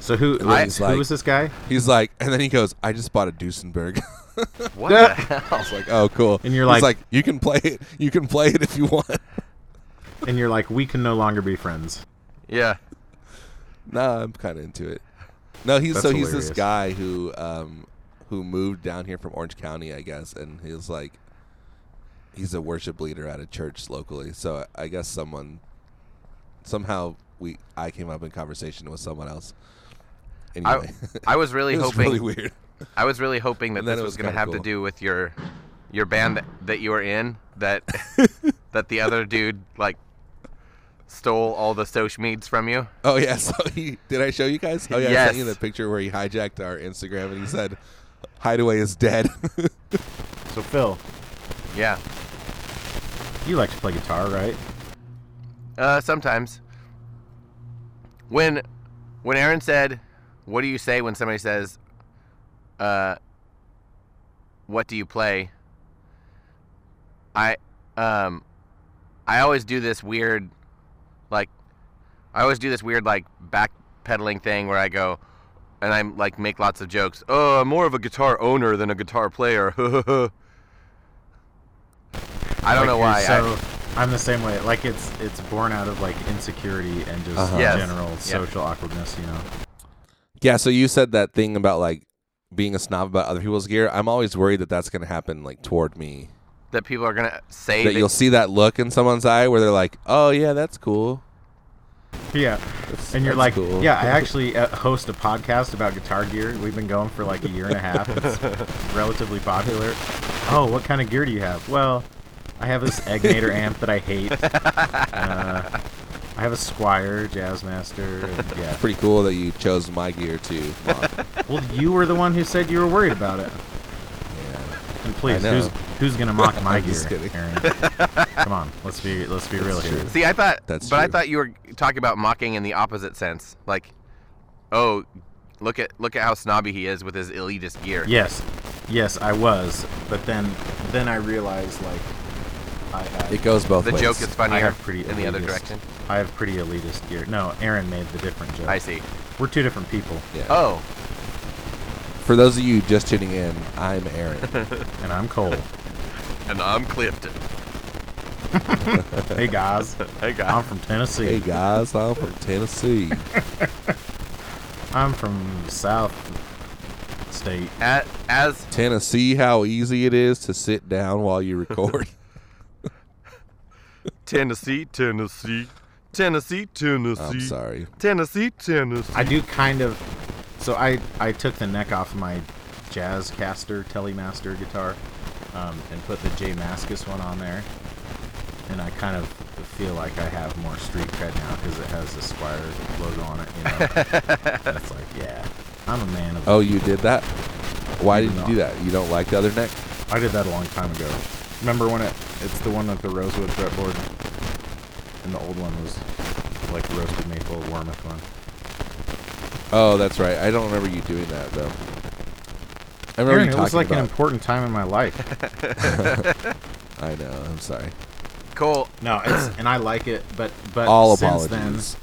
Speaker 2: So who
Speaker 1: then he's
Speaker 2: who
Speaker 1: like-
Speaker 2: was this guy?
Speaker 1: He's like, and then he goes, I just bought a Duesenberg.
Speaker 3: What the hell?
Speaker 1: It's like, oh, cool.
Speaker 2: And you're
Speaker 1: He's
Speaker 2: like-
Speaker 1: you can play it. You can play it if you want.
Speaker 2: And you're like, we can no longer be friends.
Speaker 3: Yeah.
Speaker 1: nah, I'm kind of into it. No, he's
Speaker 2: That's
Speaker 1: so he's this
Speaker 2: hilarious.
Speaker 1: guy who um who moved down here from Orange County, I guess, and he's like he's a worship leader at a church locally. So I guess someone somehow we I came up in conversation with someone else. Anyway,
Speaker 3: I, I was really
Speaker 1: it was
Speaker 3: hoping.
Speaker 1: really weird.
Speaker 3: I was really hoping that
Speaker 1: And then
Speaker 3: this
Speaker 1: it
Speaker 3: was
Speaker 1: was
Speaker 3: going
Speaker 1: kinda
Speaker 3: to have to
Speaker 1: cool.
Speaker 3: do with your your band that you were in that that the other dude like stole all the social meds from you.
Speaker 1: Oh yeah, so he did I show you guys? Oh yeah, I
Speaker 3: Yes.
Speaker 1: sent you the picture where he hijacked our Instagram and he said, "Hideaway is dead."
Speaker 2: So Phil,
Speaker 3: Yeah.
Speaker 2: you like to play guitar, right?
Speaker 3: Uh, sometimes. When when Aaron said, "What do you say when somebody says, uh, what do you play?" I um, I always do this weird, like, I always do this weird like backpedaling thing where I go, and I'm like make lots of jokes. Oh, I'm more of a guitar owner than a guitar player. I don't know why. I-
Speaker 2: So I, am the same way. Like it's it's born out of like insecurity and just
Speaker 1: Uh-huh.
Speaker 3: Yes.
Speaker 2: general
Speaker 3: Yeah.
Speaker 2: social awkwardness, you know.
Speaker 1: Yeah, so you said that thing about like being a snob about other people's gear. I'm always worried that that's going to happen like toward me.
Speaker 3: that people are gonna say
Speaker 1: That you'll see that look in someone's eye where they're like, "Oh yeah, that's cool."
Speaker 2: Yeah.
Speaker 1: That's-
Speaker 2: And you're
Speaker 1: that's
Speaker 2: like,
Speaker 1: cool."
Speaker 2: yeah, I actually uh, host a podcast about guitar gear. We've been going for like a year and a half. It's relatively popular. Oh, what kind of gear do you have? Well, I have this Egnator amp that I hate. Uh, I have a Squire Jazzmaster. and Yeah.
Speaker 1: Pretty cool that you chose my gear too. Mom.
Speaker 2: Well, you were the one who said you were worried about it. And please,
Speaker 1: I know.
Speaker 2: who's who's gonna mock my
Speaker 1: I'm
Speaker 2: gear,
Speaker 1: just kidding.
Speaker 2: Aaron? Come on, let's be let's be real
Speaker 1: true.
Speaker 2: here.
Speaker 3: See, I thought,
Speaker 1: That's
Speaker 3: but I
Speaker 1: true.
Speaker 3: thought you were talking about mocking in the opposite sense, like, oh, look at look at how snobby he is with his elitist gear.
Speaker 2: Yes, yes, I was, but then then I realized like I have
Speaker 1: it goes both
Speaker 3: the
Speaker 1: ways.
Speaker 3: joke is
Speaker 2: I
Speaker 3: funnier
Speaker 2: have pretty
Speaker 3: in the other
Speaker 2: elitist-
Speaker 3: direction.
Speaker 2: I have pretty elitist gear. No, Aaron made the different joke.
Speaker 3: I see.
Speaker 2: We're two different people.
Speaker 1: Yeah.
Speaker 3: Oh,
Speaker 1: For those of you just tuning in, I'm Aaron.
Speaker 2: And I'm Cole.
Speaker 3: And I'm Clifton.
Speaker 2: hey guys,
Speaker 3: Hey
Speaker 2: I'm
Speaker 3: guys.
Speaker 2: from
Speaker 1: hey
Speaker 2: Tennessee.
Speaker 1: guys, I'm from Tennessee.
Speaker 2: I'm from South State.
Speaker 3: As, as
Speaker 1: Tennessee, how easy it is to sit down while you record.
Speaker 3: Tennessee, Tennessee, Tennessee, Tennessee,
Speaker 1: I'm sorry.
Speaker 3: Tennessee, Tennessee.
Speaker 2: I do kind of. So I I took the neck off my Jazzcaster Telemaster guitar, um, and put the J Mascus one on there, and I kind of feel like I have more street cred now because it has the Squire logo on it. You know, that's like yeah, I'm a man of.
Speaker 1: Oh, you did that? Why did you
Speaker 2: No.
Speaker 1: do that? You don't like the other neck?
Speaker 2: I did that a long time ago. Remember when it? It's the one with the rosewood fretboard, and the old one was like roasted maple, warmeth one.
Speaker 1: Oh, that's right. I don't remember you doing that though. I remember
Speaker 2: Aaron,
Speaker 1: you
Speaker 2: it
Speaker 1: talking
Speaker 2: was like an
Speaker 1: about.
Speaker 2: important time in my life.
Speaker 1: I know. I'm sorry.
Speaker 3: Cole,
Speaker 2: No, it's, and I like it, but but
Speaker 1: All
Speaker 2: since
Speaker 1: apologies.
Speaker 2: then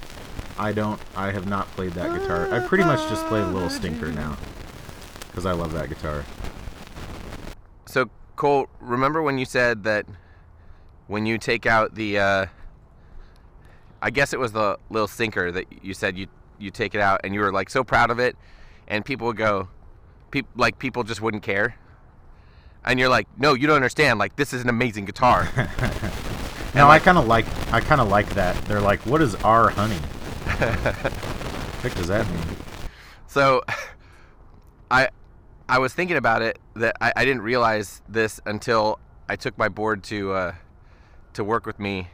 Speaker 2: I don't. I have not played that guitar. I pretty much just play a little stinker now because I love that guitar.
Speaker 3: so Cole, remember when you said that when you take out the, uh, I guess it was the little sinker that you said you you take it out and you were like so proud of it, and people would go, peop, like people just wouldn't care, and you're like, no, you don't understand. Like this is an amazing guitar.
Speaker 2: No, I
Speaker 3: like-
Speaker 2: kind of like. I kind of like that. They're like, "What is our honey?" What does that mean?
Speaker 3: So, I I was thinking about it that I, I didn't realize this until I took my board to uh, to work with me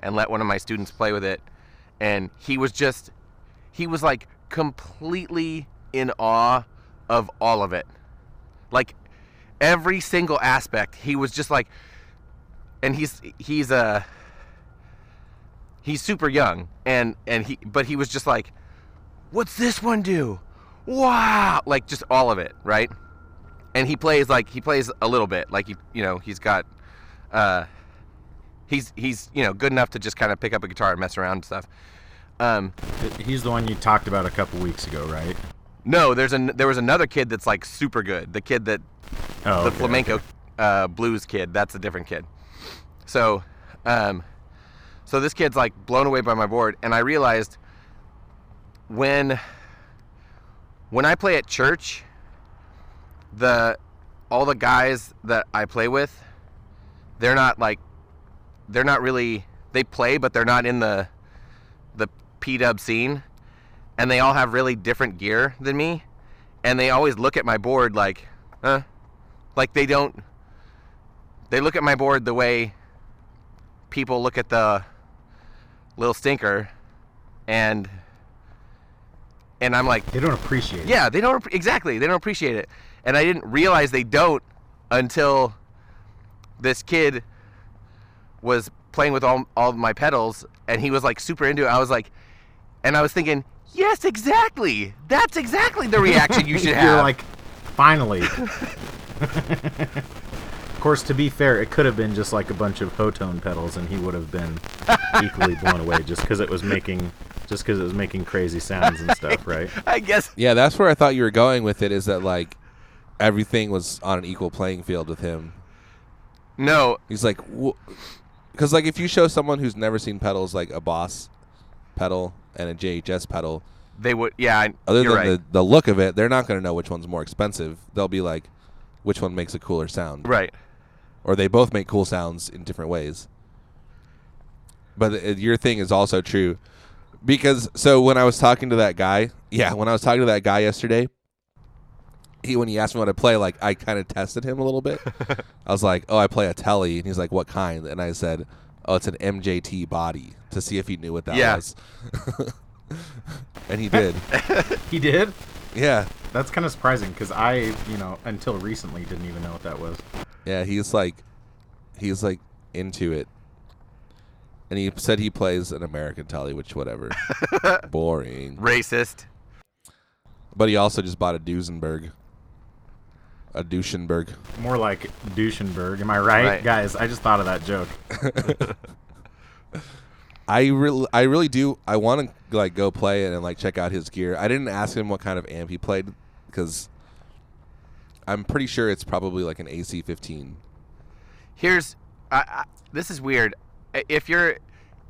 Speaker 3: and let one of my students play with it, and he was just he was like completely in awe of all of it, like every single aspect. He was just like, and he's he's a uh, he's super young and and he but he was just like what's this one do? Wow! Like just all of it, right? And he plays like he plays a little bit, like he, you know, he's got, uh, he's he's you know good enough to just kind of pick up a guitar and mess around and stuff. Um,
Speaker 2: He's the one you talked about a couple weeks ago, right?
Speaker 3: no, there's an there was another kid that's like super good. The kid that
Speaker 2: Oh,
Speaker 3: the
Speaker 2: okay.
Speaker 3: flamenco uh, blues kid. That's a different kid. So, um, so this kid's like blown away by my board, and I realized when when I play at church, the all the guys that I play with, they're not like they're not really they play, but they're not in the the P Dub scene, and they all have really different gear than me, and they always look at my board like, huh, like they don't they look at my board the way people look at the little stinker and and i'm like
Speaker 2: They don't appreciate. it.
Speaker 3: yeah they don't exactly they don't appreciate it and i didn't realize they don't until this kid was playing with all, all of my pedals and he was like super into it i was like and i was thinking yes exactly that's exactly the reaction you should
Speaker 2: You're
Speaker 3: have
Speaker 2: like, finally. of course, to be fair, it could have been just like a bunch of Hotone pedals, and he would have been equally blown away just because it was making just because it was making crazy sounds and stuff, right?
Speaker 3: i guess
Speaker 1: Yeah, that's where I thought you were going with it. Is that like everything was on an equal playing field with him?
Speaker 3: no
Speaker 1: He's like, because like if you show someone who's never seen pedals like a Boss pedal and a JHS pedal,
Speaker 3: They would, yeah. I,
Speaker 1: other
Speaker 3: you're
Speaker 1: than
Speaker 3: right.
Speaker 1: the, the look of it, they're not going to know which one's more expensive. They'll be like, which one makes a cooler sound,
Speaker 3: right.
Speaker 1: or they both make cool sounds in different ways. But uh, your thing is also true, because so when I was talking to that guy, yeah, when I was talking to that guy yesterday, he when he asked me what I play, like I kind of tested him a little bit. I was like, "Oh, I play a telly," and he's like, "What kind?" And I said, "Oh, it's an MJT body," to see if he knew what that
Speaker 3: Yeah.
Speaker 1: was. and he did.
Speaker 2: He did.
Speaker 1: yeah,
Speaker 2: That's kind of surprising because I, you know, until recently didn't even know what that was.
Speaker 1: yeah. He's like, he's like into it. And he said he plays an American telly, which whatever, boring.
Speaker 3: Racist.
Speaker 1: But he also just bought a Duesenberg. A Duesenberg.
Speaker 2: More like Duschenberg, am I right,
Speaker 3: Right.
Speaker 2: guys? I just thought of that joke.
Speaker 1: I really, I really do. I want to like go play it and like check out his gear. I didn't ask him what kind of amp he played because I'm pretty sure it's probably like an AC-15.
Speaker 3: here's I, I, this is weird I- if you're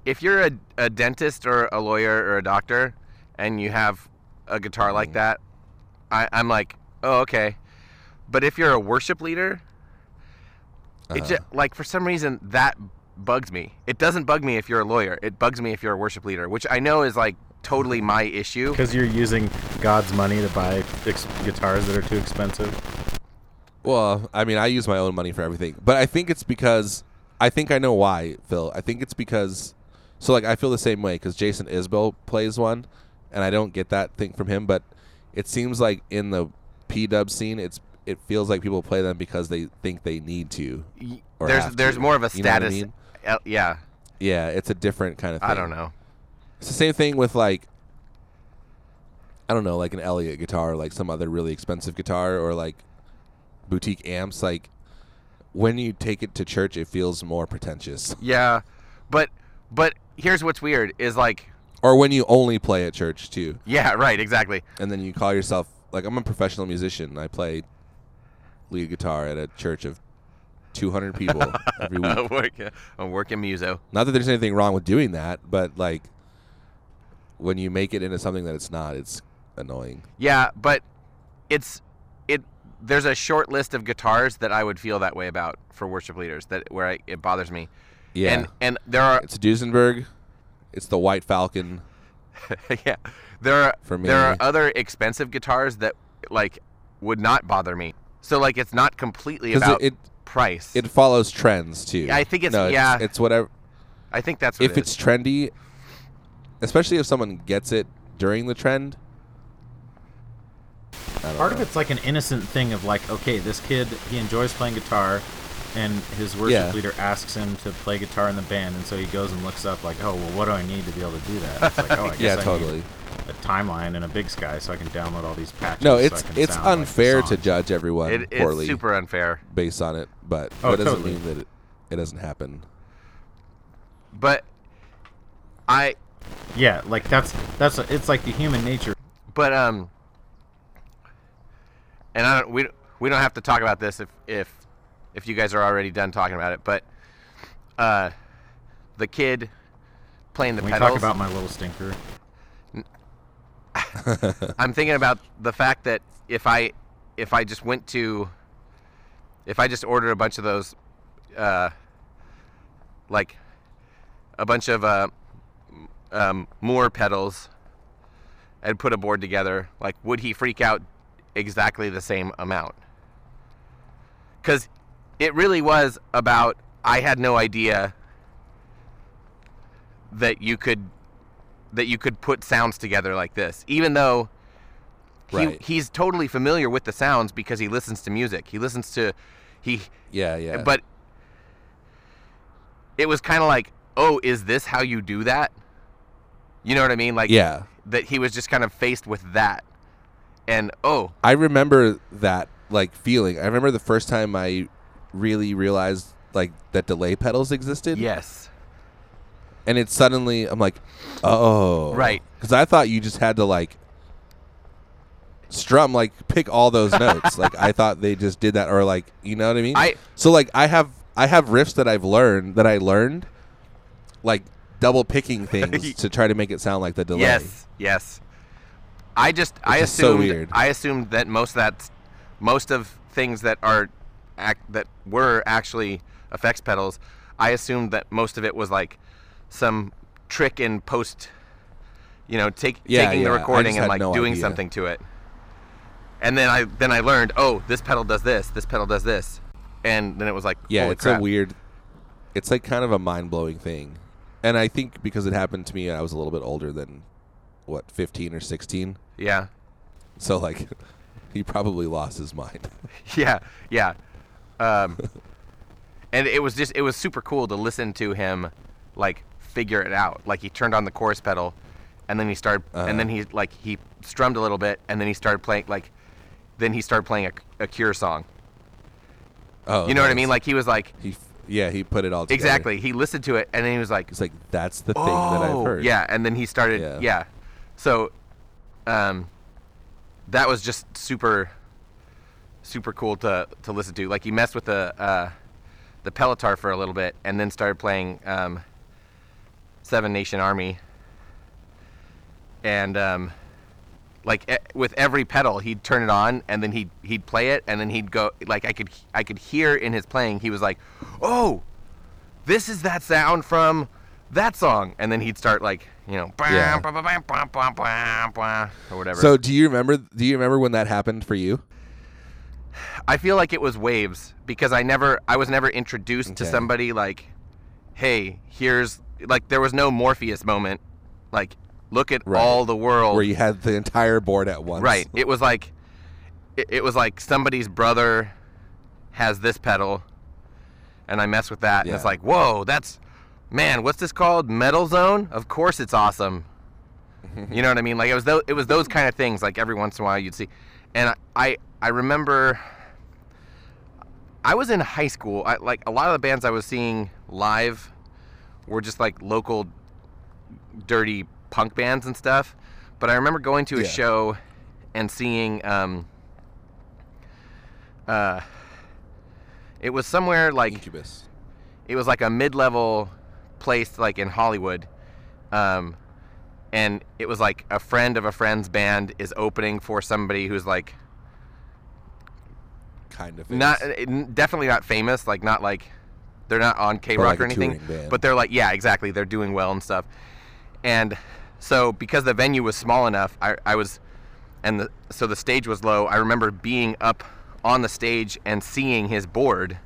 Speaker 3: if you're a, a dentist or a lawyer or a doctor and you have a guitar like
Speaker 1: Mm-hmm.
Speaker 3: that I, i'm like oh okay but if you're a worship leader
Speaker 1: Uh-huh.
Speaker 3: it ju- like for some reason that bugs me it doesn't bug me if you're a lawyer it bugs me if you're a worship leader which i know is like totally my issue
Speaker 2: Because you're using God's money to buy ex- guitars that are too expensive.
Speaker 1: Well, I mean, I use my own money for everything, but I think it's because I think I know why, Phil. I think it's because so like I feel the same way because Jason Isbell plays one, and I don't get that thing from him. But it seems like in the P Dub scene, it's it feels like people play them because they think they need to.
Speaker 3: Y-
Speaker 1: or
Speaker 3: there's
Speaker 1: have
Speaker 3: there's
Speaker 1: to,
Speaker 3: more of a
Speaker 1: you know what I
Speaker 3: status
Speaker 1: mean?
Speaker 3: uh, yeah
Speaker 1: Yeah, it's a different kind of. thing.
Speaker 3: i don't know
Speaker 1: It's the same thing with like I don't know, like an Elliott guitar, or like some other really expensive guitar, or like boutique amps. Like when you take it to church, it feels more pretentious.
Speaker 3: yeah but but here's what's weird is like
Speaker 1: Or when you only play at church too,
Speaker 3: yeah right exactly
Speaker 1: and then you call yourself like I'm a professional musician. I play lead guitar at a church of 200 people every week.
Speaker 3: I'm working, I'm working Muso.
Speaker 1: Not that there's anything wrong with doing that, but like when you make it into something that it's not, it's annoying.
Speaker 3: Yeah, but it's it. There's a short list of guitars that I would feel that way about for worship leaders that where I, it bothers me.
Speaker 1: Yeah.
Speaker 3: And and there are
Speaker 1: It's Duesenberg. It's the White Falcon.
Speaker 3: yeah there are
Speaker 1: For
Speaker 3: there are
Speaker 1: me.
Speaker 3: other expensive guitars that like would not bother me. So like it's not completely
Speaker 1: 'Cause
Speaker 3: about
Speaker 1: it,
Speaker 3: price.
Speaker 1: it it follows trends too.
Speaker 3: Yeah, I think it's-
Speaker 1: no,
Speaker 3: yeah.
Speaker 1: It's, it's whatever.
Speaker 3: I think that's what
Speaker 1: If it's trendy, especially if someone gets it during the trend. I don't
Speaker 2: Part
Speaker 1: know.
Speaker 2: of it's like an innocent thing of like, okay, this kid he enjoys playing guitar, and his worship
Speaker 1: Yeah.
Speaker 2: leader asks him to play guitar in the band, and so he goes and looks up like, oh well, what do I need to be able to do that? It's like, oh, I guess
Speaker 1: yeah,
Speaker 2: I
Speaker 1: totally.
Speaker 2: need a timeline and a big sky so I can download all these patches.
Speaker 1: No,
Speaker 2: so I
Speaker 1: it's
Speaker 2: can
Speaker 1: it's
Speaker 2: sound like the
Speaker 1: unfair to
Speaker 2: song.
Speaker 1: judge everyone
Speaker 3: it,
Speaker 1: poorly
Speaker 3: it's super unfair.
Speaker 1: based on it, but
Speaker 2: Oh,
Speaker 1: that doesn't
Speaker 2: totally.
Speaker 1: mean that it, it doesn't happen.
Speaker 3: But I
Speaker 2: Yeah, like that's that's it's like the human nature.
Speaker 3: But um, and I don't we we don't have to talk about this if if if you guys are already done talking about it. But uh, the kid playing the
Speaker 2: Can we
Speaker 3: pedals.
Speaker 2: talk about my little stinker?
Speaker 3: I'm thinking about the fact that if I if I just went to if I just ordered a bunch of those uh, like a bunch of uh, um, Moore pedals and put a board together, like would he freak out exactly the same amount? Because it really was about I had no idea that you could that you could put sounds together like this, even though he,
Speaker 1: Right.
Speaker 3: he's totally familiar with the sounds because he listens to music. He listens to he
Speaker 1: Yeah, yeah.
Speaker 3: but it was kind of like, oh, is this how you do that? You know what I mean? Like,
Speaker 1: yeah,
Speaker 3: that he was just kind of faced with that, and oh,
Speaker 1: I remember that like feeling. I remember the first time I really realized like that delay pedals existed.
Speaker 3: yes,
Speaker 1: and it's suddenly I'm like, oh,
Speaker 3: Right.
Speaker 1: Because I thought you just had to like strum, like pick all those notes. like I thought they just did that, or like you know what I mean.
Speaker 3: I-
Speaker 1: so like I have I have riffs that I've learned that I learned, like double picking things to try to make it sound like the delay.
Speaker 3: yes, yes. I just I
Speaker 1: is so
Speaker 3: assumed
Speaker 1: weird.
Speaker 3: I assumed that most of that most of things that are act that were actually effects pedals, I assumed that most of it was like some trick in post you know, take,
Speaker 1: Yeah,
Speaker 3: taking
Speaker 1: yeah, I
Speaker 3: the recording
Speaker 1: just
Speaker 3: and
Speaker 1: had
Speaker 3: like
Speaker 1: no
Speaker 3: doing
Speaker 1: idea.
Speaker 3: something to it. And then I then I learned, oh, this pedal does this, this pedal does this. And then it was like,
Speaker 1: Yeah,
Speaker 3: holy
Speaker 1: it's
Speaker 3: crap.
Speaker 1: a weird. It's like kind of a mind blowing thing, and I think because it happened to me, I was a little bit older than what 15 or 16
Speaker 3: Yeah.
Speaker 1: so like he probably lost his mind
Speaker 3: Yeah, yeah. Um, and it was just it was super cool to listen to him like figure it out. Like he turned on the chorus pedal and then he started and then he like he strummed a little bit and then he started playing like then he started playing a, a cure song.
Speaker 1: oh
Speaker 3: You know what I
Speaker 1: nice.
Speaker 3: mean? Like he was like
Speaker 1: He, f- yeah, he put it all together.
Speaker 3: exactly. He listened to it and then he was like
Speaker 1: It's like that's the thing
Speaker 3: oh,
Speaker 1: that I've heard.
Speaker 3: Yeah, and then he started
Speaker 1: Yeah.
Speaker 3: yeah. So um that was just super super cool to to listen to. Like you messed with the uh, the Pelotar for a little bit, and then started playing um, Seven Nation Army, and um, like e- with every pedal, he'd turn it on, and then he'd he'd play it, and then he'd go. Like I could I could hear in his playing, he was like, "Oh, this is that sound from." That song, and then he'd start like you know,
Speaker 1: Yeah.
Speaker 3: "Bah, bah, bah, bah, bah, bah, bah," or whatever.
Speaker 1: So do you remember? Do you remember when that happened for you?
Speaker 3: I feel like it was waves because I never I was never introduced to
Speaker 1: Okay.
Speaker 3: somebody like, hey, here's like there was no Morpheus moment. Like, look at
Speaker 1: Right.
Speaker 3: all the world.
Speaker 1: Where you had the entire board at once?
Speaker 3: Oh. right. It was like it, it was like somebody's brother has this pedal and I mess with that and it's
Speaker 1: Yeah.
Speaker 3: like, whoa, that's man, what's this called? Metal zone? Of course it's awesome. you know what I mean? Like it was those it was those kind of things like every once in a while you'd see. And I I remember I was in high school. I, like a lot of the bands I was seeing live were just like local dirty punk bands and stuff. But I remember going to a
Speaker 1: Yeah.
Speaker 3: show and seeing um uh it was somewhere like
Speaker 1: Incubus.
Speaker 3: it was like a mid-level place like in Hollywood, um, and it was like a friend of a friend's band is opening for somebody who's like
Speaker 1: Kind of.
Speaker 3: not eh,
Speaker 1: is.
Speaker 3: n- definitely not famous, like not like they're not on K
Speaker 1: Or
Speaker 3: Rock
Speaker 1: like
Speaker 3: or
Speaker 1: a
Speaker 3: anything,
Speaker 1: touring band.
Speaker 3: but they're like yeah, exactly, they're doing well and stuff, and so because the venue was small enough, I, I was, and the, so the stage was low. I remember being up on the stage and seeing his board,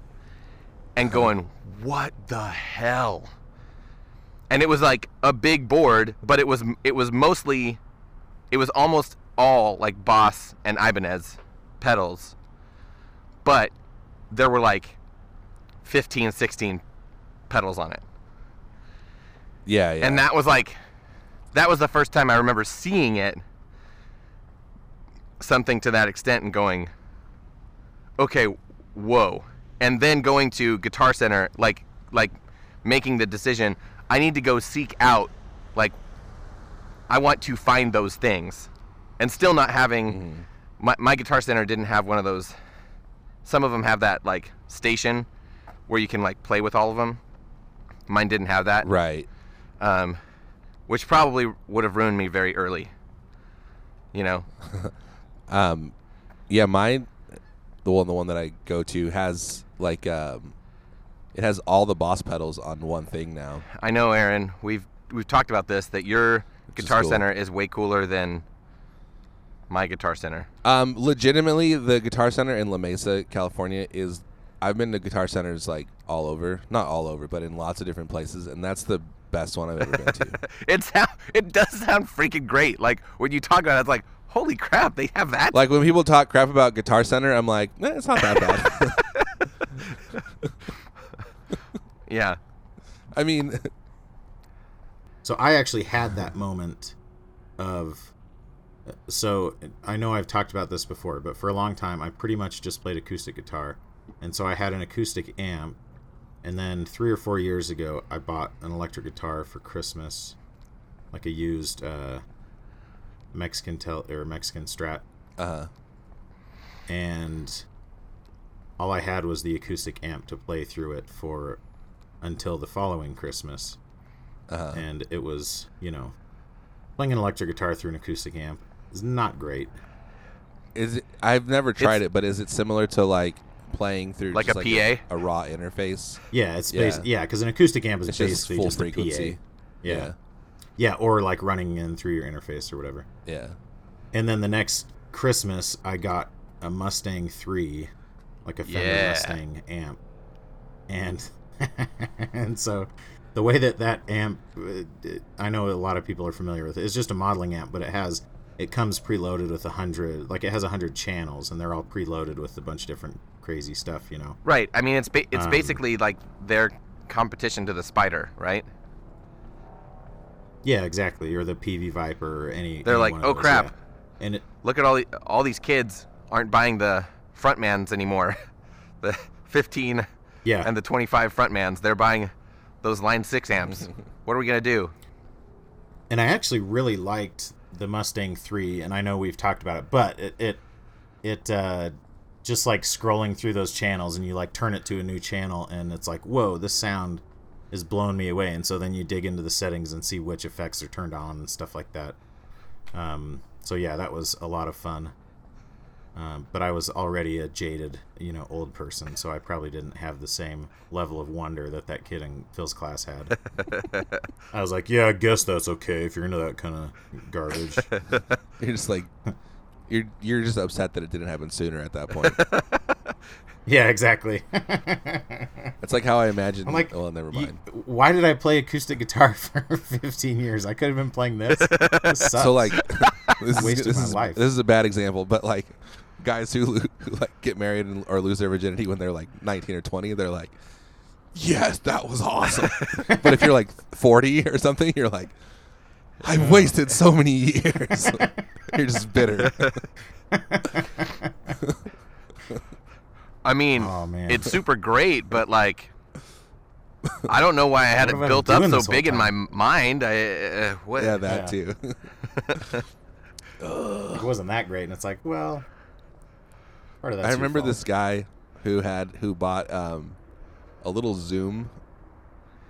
Speaker 3: and
Speaker 1: Uh-huh.
Speaker 3: going, what the hell. and it was like a big board, but it was it was mostly, it was almost all like Boss and Ibanez pedals, but there were like 15, 16 pedals on it,
Speaker 1: Yeah, yeah.
Speaker 3: and that was like, that was the first time I remember seeing it, something to that extent, and going, okay, whoa, and then going to Guitar Center, like like making the decision, I need to go seek out, like I want to find those things, and still not having my my Guitar Center didn't have one of those. Some of them have that like station where you can like play with all of them. Mine didn't have that,
Speaker 1: right.
Speaker 3: um, which probably would have ruined me very early. You know,
Speaker 1: Um, yeah, mine, the one, the one that I go to has like um, it has all the boss pedals on one thing now.
Speaker 3: I know, Aaron. We've we've talked about this that your
Speaker 1: is
Speaker 3: Guitar
Speaker 1: cool.
Speaker 3: Center is way cooler than my Guitar Center.
Speaker 1: Um, legitimately, the Guitar Center in La Mesa, California, is I've been to Guitar Centers like all over, not all over, but in lots of different places, and that's the best one I've ever been to.
Speaker 3: It sound, it does sound freaking great. Like when you talk about it, it's like, holy crap, they have that.
Speaker 1: Like when people talk crap about Guitar Center, I'm like, eh, it's not that bad.
Speaker 3: yeah.
Speaker 1: I mean,
Speaker 2: So I actually had that moment of. So I know I've talked about this before, but for a long time I pretty much just played acoustic guitar. And so I had an acoustic amp. And then three or four years ago, I bought an electric guitar for Christmas, like a used uh, Mexican tel- or Mexican Strat.
Speaker 1: uh,
Speaker 2: And all I had was the acoustic amp to play through it for until the following Christmas
Speaker 1: uh,
Speaker 2: and it was you know playing an electric guitar through an acoustic amp is not great
Speaker 1: is it, I've never tried
Speaker 3: It's-
Speaker 1: it, but is it similar to like playing through
Speaker 3: Like
Speaker 1: just
Speaker 3: a PA?
Speaker 1: a, raw interface?
Speaker 2: yeah it's bas-
Speaker 1: Yeah.
Speaker 2: yeah because an acoustic amp is
Speaker 1: It's just
Speaker 2: basically
Speaker 1: full
Speaker 2: just, a
Speaker 1: frequency.
Speaker 2: PA. Yeah. yeah or like running in through your interface or whatever
Speaker 1: yeah, yeah.
Speaker 2: and then the next christmas i got a mustang 3 like a fender
Speaker 3: Yeah.
Speaker 2: mustang amp and and so the way that that amp uh, d- i know a lot of people are familiar with it it's just a modeling amp but it has it comes preloaded with a hundred like it has a hundred channels and they're all preloaded with a bunch of different crazy stuff you know
Speaker 3: Right. I mean, it's ba- it's
Speaker 2: Um,
Speaker 3: basically like their competition to the Spider, right?
Speaker 2: yeah exactly or the pv viper or any
Speaker 3: They're
Speaker 2: any
Speaker 3: like,
Speaker 2: one of
Speaker 3: "Oh,
Speaker 2: those,
Speaker 3: crap."
Speaker 2: yeah. and it,
Speaker 3: Look at all the, all these kids aren't buying the frontmans anymore. the 15
Speaker 2: yeah
Speaker 3: and the 25 frontmans, they're buying those line 6 amps. what are we going to do?
Speaker 2: and I actually really liked the Mustang 3 and I know we've talked about it but it it, it uh, just like scrolling through those channels and you like turn it to a new channel and it's like whoa this sound is blowing me away and so then you dig into the settings and see which effects are turned on and stuff like that um, so yeah that was a lot of fun um, but i was already a jaded you know old person so i probably didn't have the same level of wonder that that kid in phil's class had i was like yeah i guess that's okay if you're into that kind of garbage
Speaker 1: You're just like, you're you're just upset that it didn't happen sooner at that point.
Speaker 2: yeah exactly
Speaker 1: That's like how I imagine.
Speaker 2: I'm like,
Speaker 1: well, never
Speaker 2: "You-
Speaker 1: mind.
Speaker 2: why did I play acoustic guitar for 15 years? I could have been playing this. This sucks.
Speaker 1: so like, this is
Speaker 2: Uh, Wasted
Speaker 1: this
Speaker 2: my
Speaker 1: is,
Speaker 2: life.
Speaker 1: this is a bad example, but like, guys who, lo- who like get married and, or lose their virginity when they're like 19 or 20, they're like, yes, that was awesome. but if you're like 40 or something, you're like. I wasted so many years. You're just bitter.
Speaker 3: I mean,
Speaker 2: Oh, man.
Speaker 3: it's super great, but like, I don't know why I had
Speaker 2: What
Speaker 3: it
Speaker 2: have I been
Speaker 3: built up
Speaker 2: doing
Speaker 3: so
Speaker 2: this whole
Speaker 3: big in my
Speaker 2: time?
Speaker 3: mind. I uh, what?
Speaker 1: yeah, that
Speaker 2: Yeah.
Speaker 1: too.
Speaker 2: it wasn't that great, and it's like, well, part of that.
Speaker 1: I remember this guy who had who bought um, a little Zoom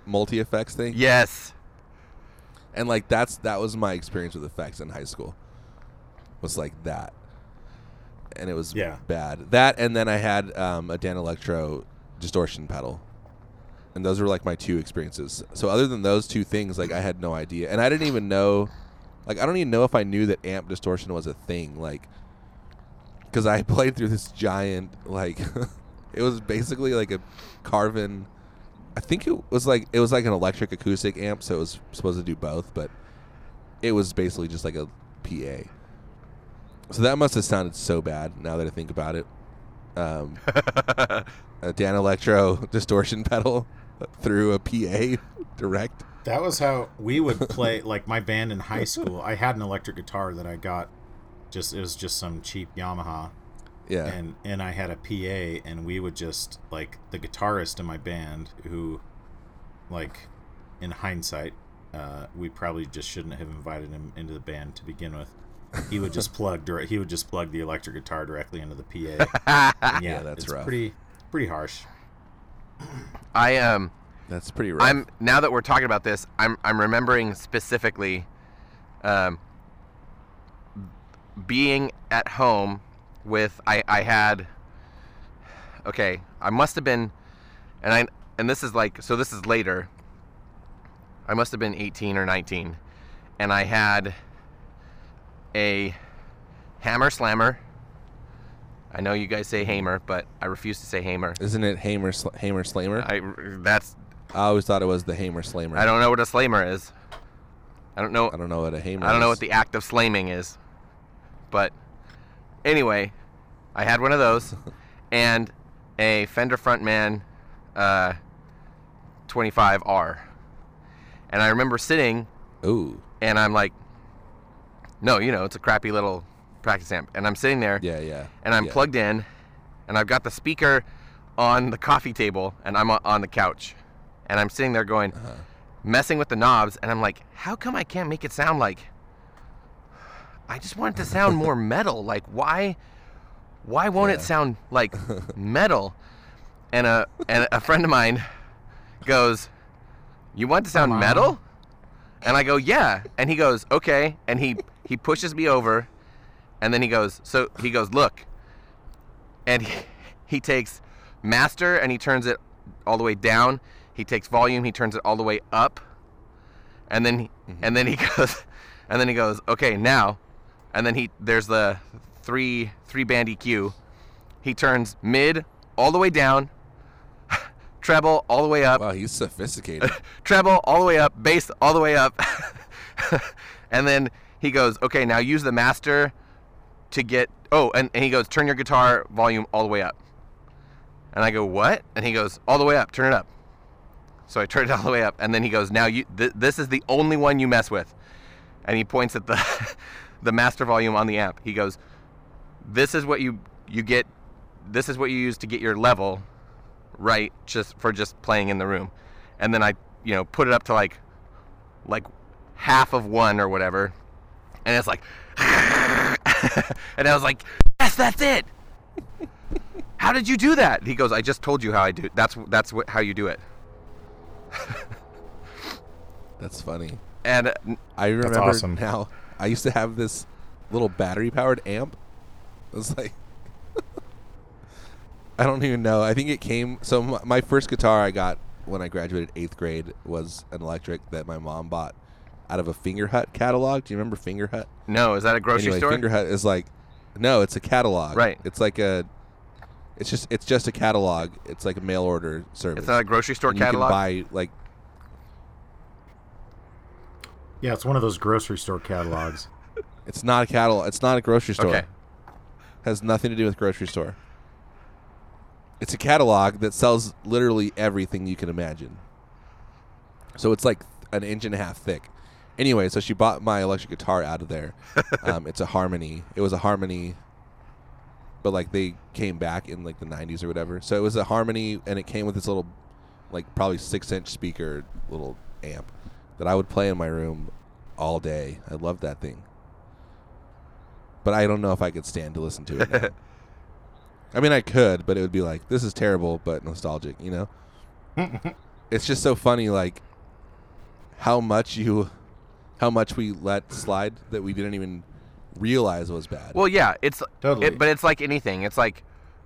Speaker 1: multi effects thing,
Speaker 3: yes.
Speaker 1: and like that's that was my experience with effects in high school. Was like that, and it was
Speaker 2: Yeah.
Speaker 1: bad. That and then I had um, a Dan Electro distortion pedal, and those were like my two experiences. So other than those two things, like I had no idea, and I didn't even know, like I don't even know if I knew that amp distortion was a thing, like because I played through this giant like it was basically like a Carvin. I think it was like it was like an electric acoustic amp, so it was supposed to do both, but it was basically just like a PA. So that must have sounded so bad. Now that I think about it, um, a Dan Electro distortion pedal through a PA direct.
Speaker 2: That was how we would play. Like my band in high school, I had an electric guitar that I got. Just it was just some cheap Yamaha,
Speaker 1: Yeah,
Speaker 2: and and I had a PA, and we would just like the guitarist in my band who, like, in hindsight, uh, we probably just shouldn't have invited him into the band to begin with. He would just plug dire- he would just plug the electric guitar directly into the PA. And yeah,
Speaker 1: Yeah, that's
Speaker 2: it's
Speaker 1: rough.
Speaker 2: Pretty pretty harsh.
Speaker 3: I um.
Speaker 1: that's pretty rough.
Speaker 3: I'm now that we're talking about this, I'm I'm remembering specifically, um, being at home with I I had. Okay, I must have been, and I and this is like so this is later. I must have been 18 or 19, and I had a hammer slammer. I know you guys say hammer, but I refuse to say hammer.
Speaker 1: Isn't it Hamer sl- Hamer Slamer? I,
Speaker 3: I that's
Speaker 1: always thought it was the Hamer Slamer.
Speaker 3: I don't know what a slamer is. I don't know.
Speaker 1: I don't know what a Hamer.
Speaker 3: I don't know
Speaker 1: is.
Speaker 3: what the act of slaming is. But anyway, I had one of those and a Fender Frontman uh, 25R. And I remember sitting
Speaker 1: Ooh,
Speaker 3: and I'm like, no, you know, it's a crappy little practice amp. And I'm sitting there
Speaker 1: yeah, yeah.
Speaker 3: and I'm
Speaker 1: yeah.
Speaker 3: plugged in, and I've got the speaker on the coffee table, and I'm o- on the couch, and I'm sitting there going,
Speaker 1: Uh-huh.
Speaker 3: messing with the knobs, and I'm like, how come I can't make it sound like? I just want it to sound more metal. Like why, why won't it
Speaker 1: Yeah.
Speaker 3: sound like metal? And a and a friend of mine goes, you want it to sound
Speaker 2: Come on.
Speaker 3: metal? And I go, yeah. And he goes, okay. And he he pushes me over, and then he goes, so he goes, look. And he, he takes master and he turns it all the way down. He takes volume, he turns it all the way up. And then he and then he goes, and then he goes, okay, now. And then he there's the three three band EQ. He turns mid all the way down, treble all the way up,
Speaker 1: Wow, he's sophisticated.
Speaker 3: treble all the way up, bass all the way up. and then he goes, okay, now use the master to get. Oh, and, and he goes, turn your guitar volume all the way up. And I go, what? And he goes, all the way up, turn it up. So I turn it all the way up. And then he goes, now you, th- this is the only one you mess with. And he points at the, the master volume on the amp. He goes, this is what you, you get, this is what you use to get your level right just for just playing in the room and then i you know put it up to like like half of one or whatever and it's like and i was like yes that's it how did you do that? He goes, I just told you how I do. That's that's what, how you do it.
Speaker 1: That's funny.
Speaker 3: And uh, n-
Speaker 1: I remember
Speaker 4: awesome.
Speaker 1: now. I used to have this little battery powered amp. It was like I don't even know. I think it came. So my, my first guitar I got when I graduated eighth grade was an electric that my mom bought out of a Finger Hut catalog. Do you remember Finger Hut?
Speaker 3: no, is that a grocery
Speaker 1: anyway,
Speaker 3: store?
Speaker 1: Finger Hut is like no, it's a catalog.
Speaker 3: Right.
Speaker 1: It's like a. It's just it's just a catalog. It's like a mail order service.
Speaker 3: it's not a grocery store
Speaker 1: And you
Speaker 3: catalog.
Speaker 1: can buy like
Speaker 4: Yeah, it's one of those grocery store catalogs.
Speaker 1: it's not a catalog. It's not a grocery store.
Speaker 3: Okay.
Speaker 1: has nothing to do with grocery store. It's a catalog that sells literally everything you can imagine. So it's like an inch and a half thick. Anyway, so she bought my electric guitar out of there. um, it's a Harmony. It was a Harmony, but like they came back in like the '90s or whatever. So it was a Harmony, and it came with this little, like probably six-inch speaker, little amp that I would play in my room all day. I loved that thing but I don't know if I could stand to listen to it. Now. I mean, I could, but it would be like this is terrible, but nostalgic. You know, it's just so funny, like how much you, how much we let slide that we didn't even realize was bad.
Speaker 3: Well, yeah, it's
Speaker 2: Totally.
Speaker 3: It, but it's like anything. It's like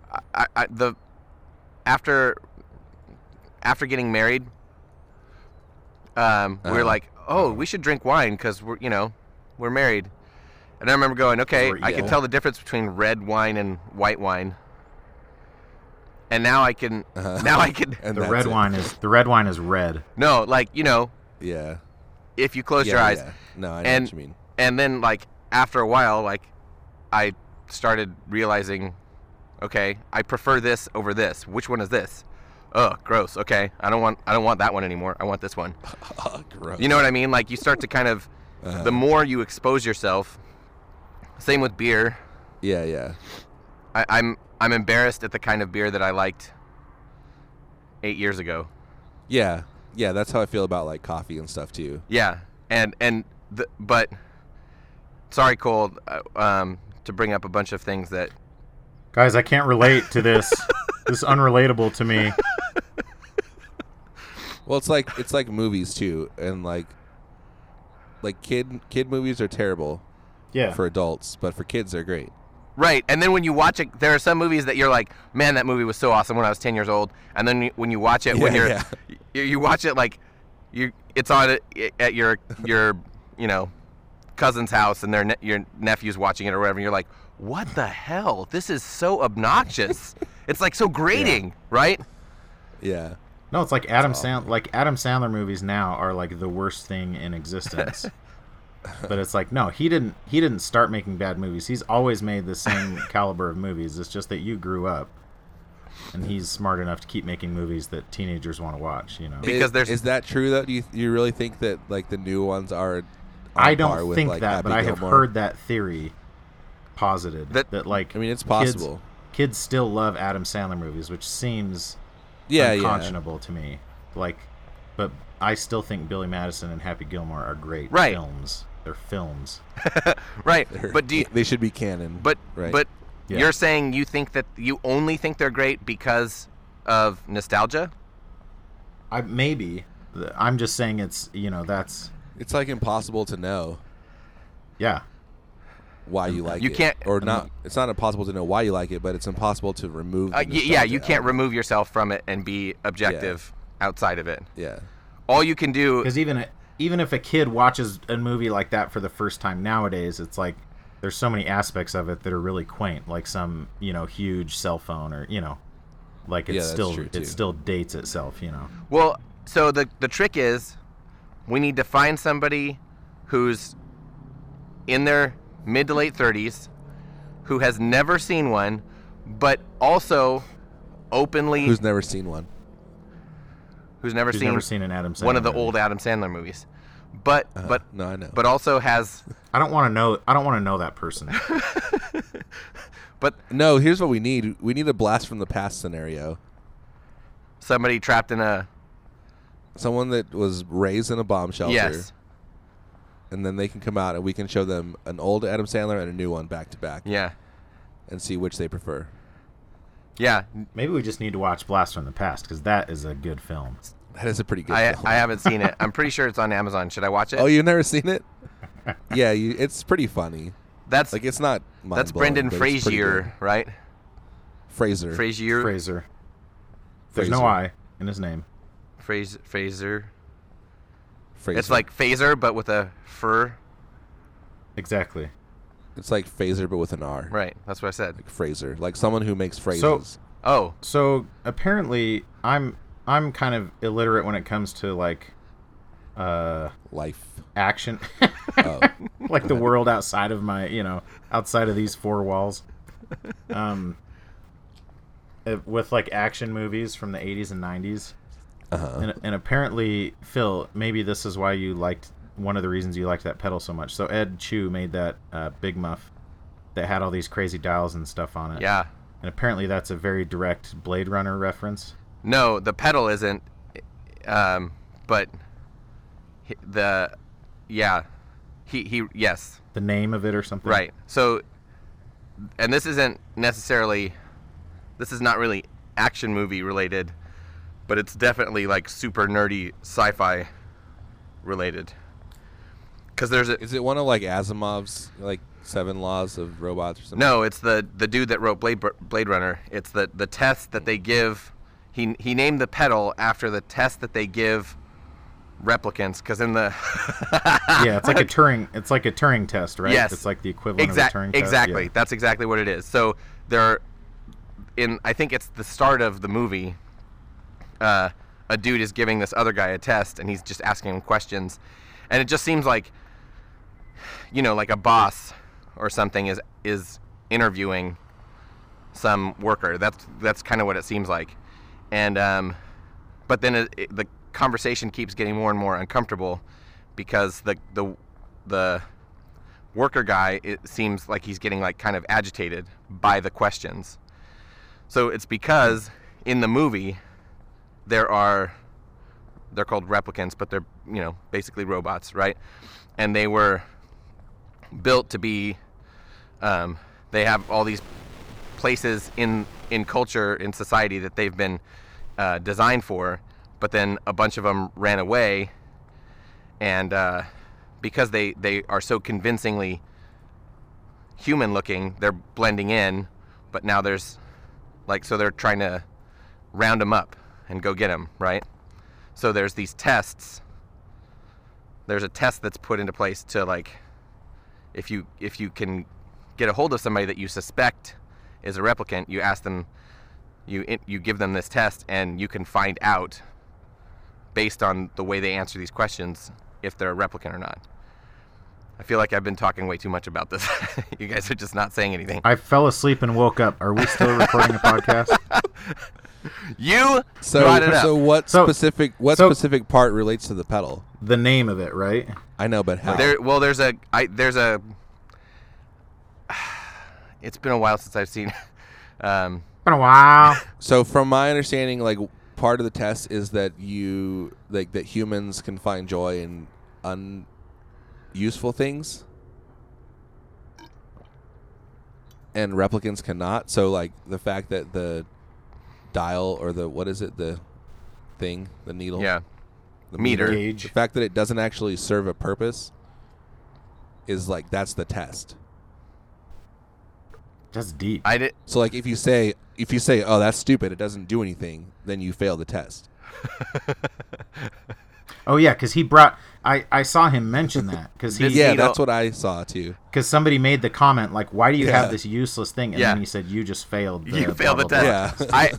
Speaker 3: I, I, I- the after after getting married, um, we
Speaker 1: Uh-huh.
Speaker 3: were like, oh, we should drink wine because we're you know we're married. And I remember going, okay,
Speaker 2: we're
Speaker 3: I can
Speaker 2: equal.
Speaker 3: tell the difference between red wine and white wine. And now I can,
Speaker 1: Uh-huh.
Speaker 3: now I can.
Speaker 1: and
Speaker 2: the
Speaker 1: that's
Speaker 2: red
Speaker 1: it.
Speaker 2: wine is the red wine is red.
Speaker 3: No, like you know,
Speaker 1: yeah,
Speaker 3: if you close
Speaker 1: yeah,
Speaker 3: your eyes,
Speaker 1: yeah. No, I know
Speaker 3: And-
Speaker 1: what you mean.
Speaker 3: and then like after a while like i started realizing okay i prefer this over this which one is this Ugh, gross okay i don't want i don't want that one anymore i want this one
Speaker 1: gross.
Speaker 3: you know what i mean like you start to kind of
Speaker 1: Uh-huh.
Speaker 3: the more you expose yourself same with beer
Speaker 1: yeah, yeah.
Speaker 3: I, i'm i'm embarrassed at the kind of beer that i liked eight years ago
Speaker 1: Yeah, yeah. That's how I feel about like coffee and stuff too.
Speaker 3: Yeah, and and the, but sorry, Cole, uh, um, to bring up a bunch of things that
Speaker 2: Guys, I can't relate to this. this is unrelatable to me.
Speaker 1: Well, it's like it's like movies too, and like like kid kid movies are terrible
Speaker 2: Yeah.
Speaker 1: for adults, but for kids they're great.
Speaker 3: Right, and then when you watch it, there are some movies that you're like, man, that movie was so awesome when I was 10 years old, and then you- when you watch it, when
Speaker 1: Yeah,
Speaker 3: you're,
Speaker 1: yeah.
Speaker 3: You, you watch it like, you it's on at, at your your you know cousin's house, and their ne- your nephew's watching it or whatever, and you're like, what the hell? This is so obnoxious. it's like so grating, right?
Speaker 1: Yeah.
Speaker 2: No, it's like Adam Sand like Adam Sandler movies now are like the worst thing in existence. but it's like no, he didn't he didn't start making bad movies. He's always made the same caliber of movies. It's just that you grew up and he's smart enough to keep making movies that teenagers want to watch, you know.
Speaker 3: Because
Speaker 1: is,
Speaker 3: there's-
Speaker 1: is that true though? Do you you really think that like the new ones are? on
Speaker 2: I
Speaker 1: par
Speaker 2: don't
Speaker 1: with,
Speaker 2: think
Speaker 1: like,
Speaker 2: that, but I
Speaker 1: Happy
Speaker 2: have
Speaker 1: Gilmore?
Speaker 2: heard that theory posited that,
Speaker 3: That-
Speaker 2: like
Speaker 1: I mean, it's
Speaker 2: kids-
Speaker 1: possible.
Speaker 2: Kids, still love Adam Sandler movies, which seems
Speaker 1: Yeah, yeah.
Speaker 2: unconscionable to me. Like, but I still think Billy Madison and Happy Gilmore are great
Speaker 3: Right.
Speaker 2: films. They're films.
Speaker 3: Right,
Speaker 1: They're-
Speaker 3: but do you,
Speaker 1: they should be canon?
Speaker 3: But
Speaker 1: right.
Speaker 3: but
Speaker 2: Yeah.
Speaker 3: you're saying you think that you only think they're great because of nostalgia?
Speaker 2: I maybe Th- I'm just saying it's you know that's
Speaker 1: it's like impossible to know
Speaker 2: yeah
Speaker 1: why you like
Speaker 3: You
Speaker 1: it.
Speaker 3: can't-
Speaker 1: or not. It's not impossible to know why you like it, but it's impossible to remove. The
Speaker 3: Uh, y- yeah, you
Speaker 1: nostalgia
Speaker 3: can't
Speaker 1: element.
Speaker 3: remove yourself from it and be objective outside of it.
Speaker 1: Yeah.
Speaker 3: All you can do
Speaker 2: because even even if a kid watches a movie like that for the first time nowadays, it's like there's so many aspects of it that are really quaint, like some you know huge cell phone or you know like
Speaker 1: Yeah,
Speaker 2: it's
Speaker 1: that's
Speaker 2: still
Speaker 1: true, too.
Speaker 2: it still dates itself, you know.
Speaker 3: well. So the the trick is, we need to find somebody who's in their mid to late thirties, who has never seen one, but also openly
Speaker 1: Who's never seen one?
Speaker 3: who's never
Speaker 2: Who's
Speaker 3: seen,
Speaker 2: never seen an Adam Sandler
Speaker 3: one of the
Speaker 2: movie.
Speaker 3: old Adam Sandler movies, but but
Speaker 1: Uh, no, I know.
Speaker 3: but also has
Speaker 2: I don't want to know. I don't want to know that person.
Speaker 3: but
Speaker 1: no, here's what we need. We need a blast from the past scenario.
Speaker 3: somebody trapped in a
Speaker 1: Someone that was raised in a bomb shelter,
Speaker 3: yes
Speaker 1: and then they can come out and we can show them an old Adam Sandler and a new one back to back,
Speaker 3: yeah
Speaker 1: and see which they prefer.
Speaker 3: Yeah,
Speaker 2: Maybe we just need to watch Blast from the Past because that is a good film.
Speaker 1: That is a pretty good.
Speaker 3: I,
Speaker 1: film.
Speaker 3: I haven't seen it. I'm pretty sure it's on Amazon. Should I watch it?
Speaker 1: oh, you've never seen it? yeah, you, it's pretty funny.
Speaker 3: that's
Speaker 1: Like it's not.
Speaker 3: that's
Speaker 1: mind-blowing,
Speaker 3: Brendan
Speaker 1: but it's pretty good.
Speaker 3: Frazier, right?
Speaker 1: Fraser.
Speaker 3: Frazier,
Speaker 2: Fraser. There's no
Speaker 1: Fraser.
Speaker 2: I in his name.
Speaker 3: Fraser, Fraser.
Speaker 1: Fraser.
Speaker 3: It's like phaser, but with a fur.
Speaker 2: Exactly.
Speaker 1: it's like Fraser, but with an R.
Speaker 3: Right. That's what I said.
Speaker 1: Like Fraser, like someone who makes phrases.
Speaker 3: Oh,
Speaker 2: So apparently, I'm I'm kind of illiterate when it comes to like uh
Speaker 1: life.
Speaker 2: action,
Speaker 1: Oh,
Speaker 2: like the world outside of my you know outside of these four walls. Um, uh, with like action movies from the 80s and 90s.
Speaker 1: uh-huh.
Speaker 2: And, and apparently, Phil, maybe this is why you liked one of the reasons you liked that pedal so much. So Ed Chu made that uh, Big Muff that had all these crazy dials and stuff on it.
Speaker 3: yeah.
Speaker 2: And apparently, that's a very direct Blade Runner reference.
Speaker 3: No, the pedal isn't. Um, but h- the yeah, he he yes,
Speaker 2: The name of it or something.
Speaker 3: right. So, and this isn't necessarily, this is not really action movie related, but it's definitely like super nerdy sci-fi related. Because there's a,
Speaker 1: Is it one of like Asimov's like seven laws of robots or something?
Speaker 3: No, it's the the dude that wrote Blade Br- Blade Runner. It's the the test that they give. He he named the pedal after the test that they give replicants because in the
Speaker 2: Yeah, it's like a Turing. It's like a Turing test, right?
Speaker 3: Yes.
Speaker 2: It's like the equivalent of a Turing test.
Speaker 3: exactly exactly
Speaker 2: Yeah.
Speaker 3: that's exactly what it is. So there, are- in I think it's the start of the movie. Uh, a dude is giving this other guy a test, and he's just asking him questions, and it just seems like, you know, like a boss or something is is interviewing some worker. That's that's kind of what it seems like, and um, but then it, it, the conversation keeps getting more and more uncomfortable because the the the worker guy it seems like he's getting like kind of agitated by the questions. So it's because in the movie there are they're called replicants, but they're you know basically robots, right? And they were built to be. Um, they have all these places in in culture in society that they've been uh, designed for, but then a bunch of them ran away, and uh, because they they are so convincingly human looking, they're blending in, but now there's like so they're trying to round them up and go get them right. So there's these tests. There's a test that's put into place to like if you if you can get a hold of somebody that you suspect is a replicant, you ask them, you in- you give them this test, and you can find out based on the way they answer these questions if they're a replicant or not. I feel like I've been talking way too much about this. you guys are just not saying anything.
Speaker 2: I fell asleep and woke up. Are we still recording a podcast?
Speaker 3: You
Speaker 1: So,
Speaker 3: brought it up.
Speaker 1: so what
Speaker 2: So-
Speaker 1: specific what
Speaker 2: so-
Speaker 1: specific part relates to the pedal?
Speaker 2: The name of it, right?
Speaker 1: I know, but how?
Speaker 3: There, well, there's a, I, there's a. It's been a while since I've seen. Um,
Speaker 2: Been a while.
Speaker 1: So, from my understanding, like part of the test is that you like that humans can find joy in unuseful things, and replicants cannot. So, like the fact that the dial or the what is it the thing the needle
Speaker 3: yeah,
Speaker 1: the
Speaker 3: meter.
Speaker 1: the
Speaker 2: Gauge.
Speaker 1: fact that it doesn't actually serve a purpose is like that's the test.
Speaker 2: That's deep.
Speaker 3: I did.
Speaker 1: So like if you say if you say oh that's stupid it doesn't do anything then you fail the test.
Speaker 2: Oh yeah, because he brought. I I saw him mention that because he
Speaker 1: yeah,
Speaker 3: needle-
Speaker 1: that's what I saw too.
Speaker 2: because somebody made the comment like, "Why do you
Speaker 1: Yeah.
Speaker 2: have this useless thing?" And
Speaker 3: Yeah.
Speaker 2: then he said, "You just failed. The
Speaker 3: You failed the
Speaker 2: blah, blah, blah."
Speaker 1: Yeah.
Speaker 3: test. I,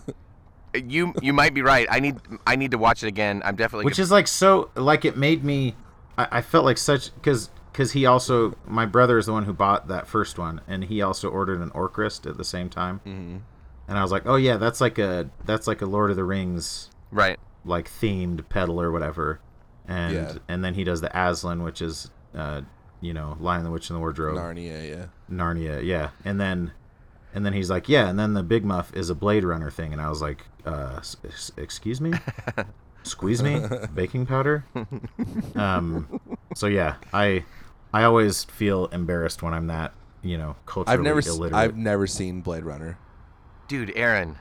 Speaker 3: you, you might be right. I need, I need to watch it again. I'm definitely.
Speaker 2: Which is like so like it made me. I, I felt like such because because he also my brother is the one who bought that first one and he also ordered an orc wrist at the same time.
Speaker 1: Mm-hmm.
Speaker 2: And I was like, "Oh yeah, that's like a that's like a Lord of the Rings
Speaker 3: right.
Speaker 2: like themed pedal or whatever." And
Speaker 1: Yeah.
Speaker 2: and then he does the Aslan, which is uh you know Lion the Witch and the Wardrobe.
Speaker 1: Narnia, yeah.
Speaker 2: Narnia, yeah. And then and then he's like, "Yeah." And then the Big Muff is a Blade Runner thing, and I was like, uh, s- s- "Excuse me, squeeze me, baking powder." Um, so yeah, I I always feel embarrassed when I'm that you know culturally
Speaker 1: I've never s-
Speaker 2: illiterate.
Speaker 1: I've never seen Blade Runner.
Speaker 3: Dude, Aaron,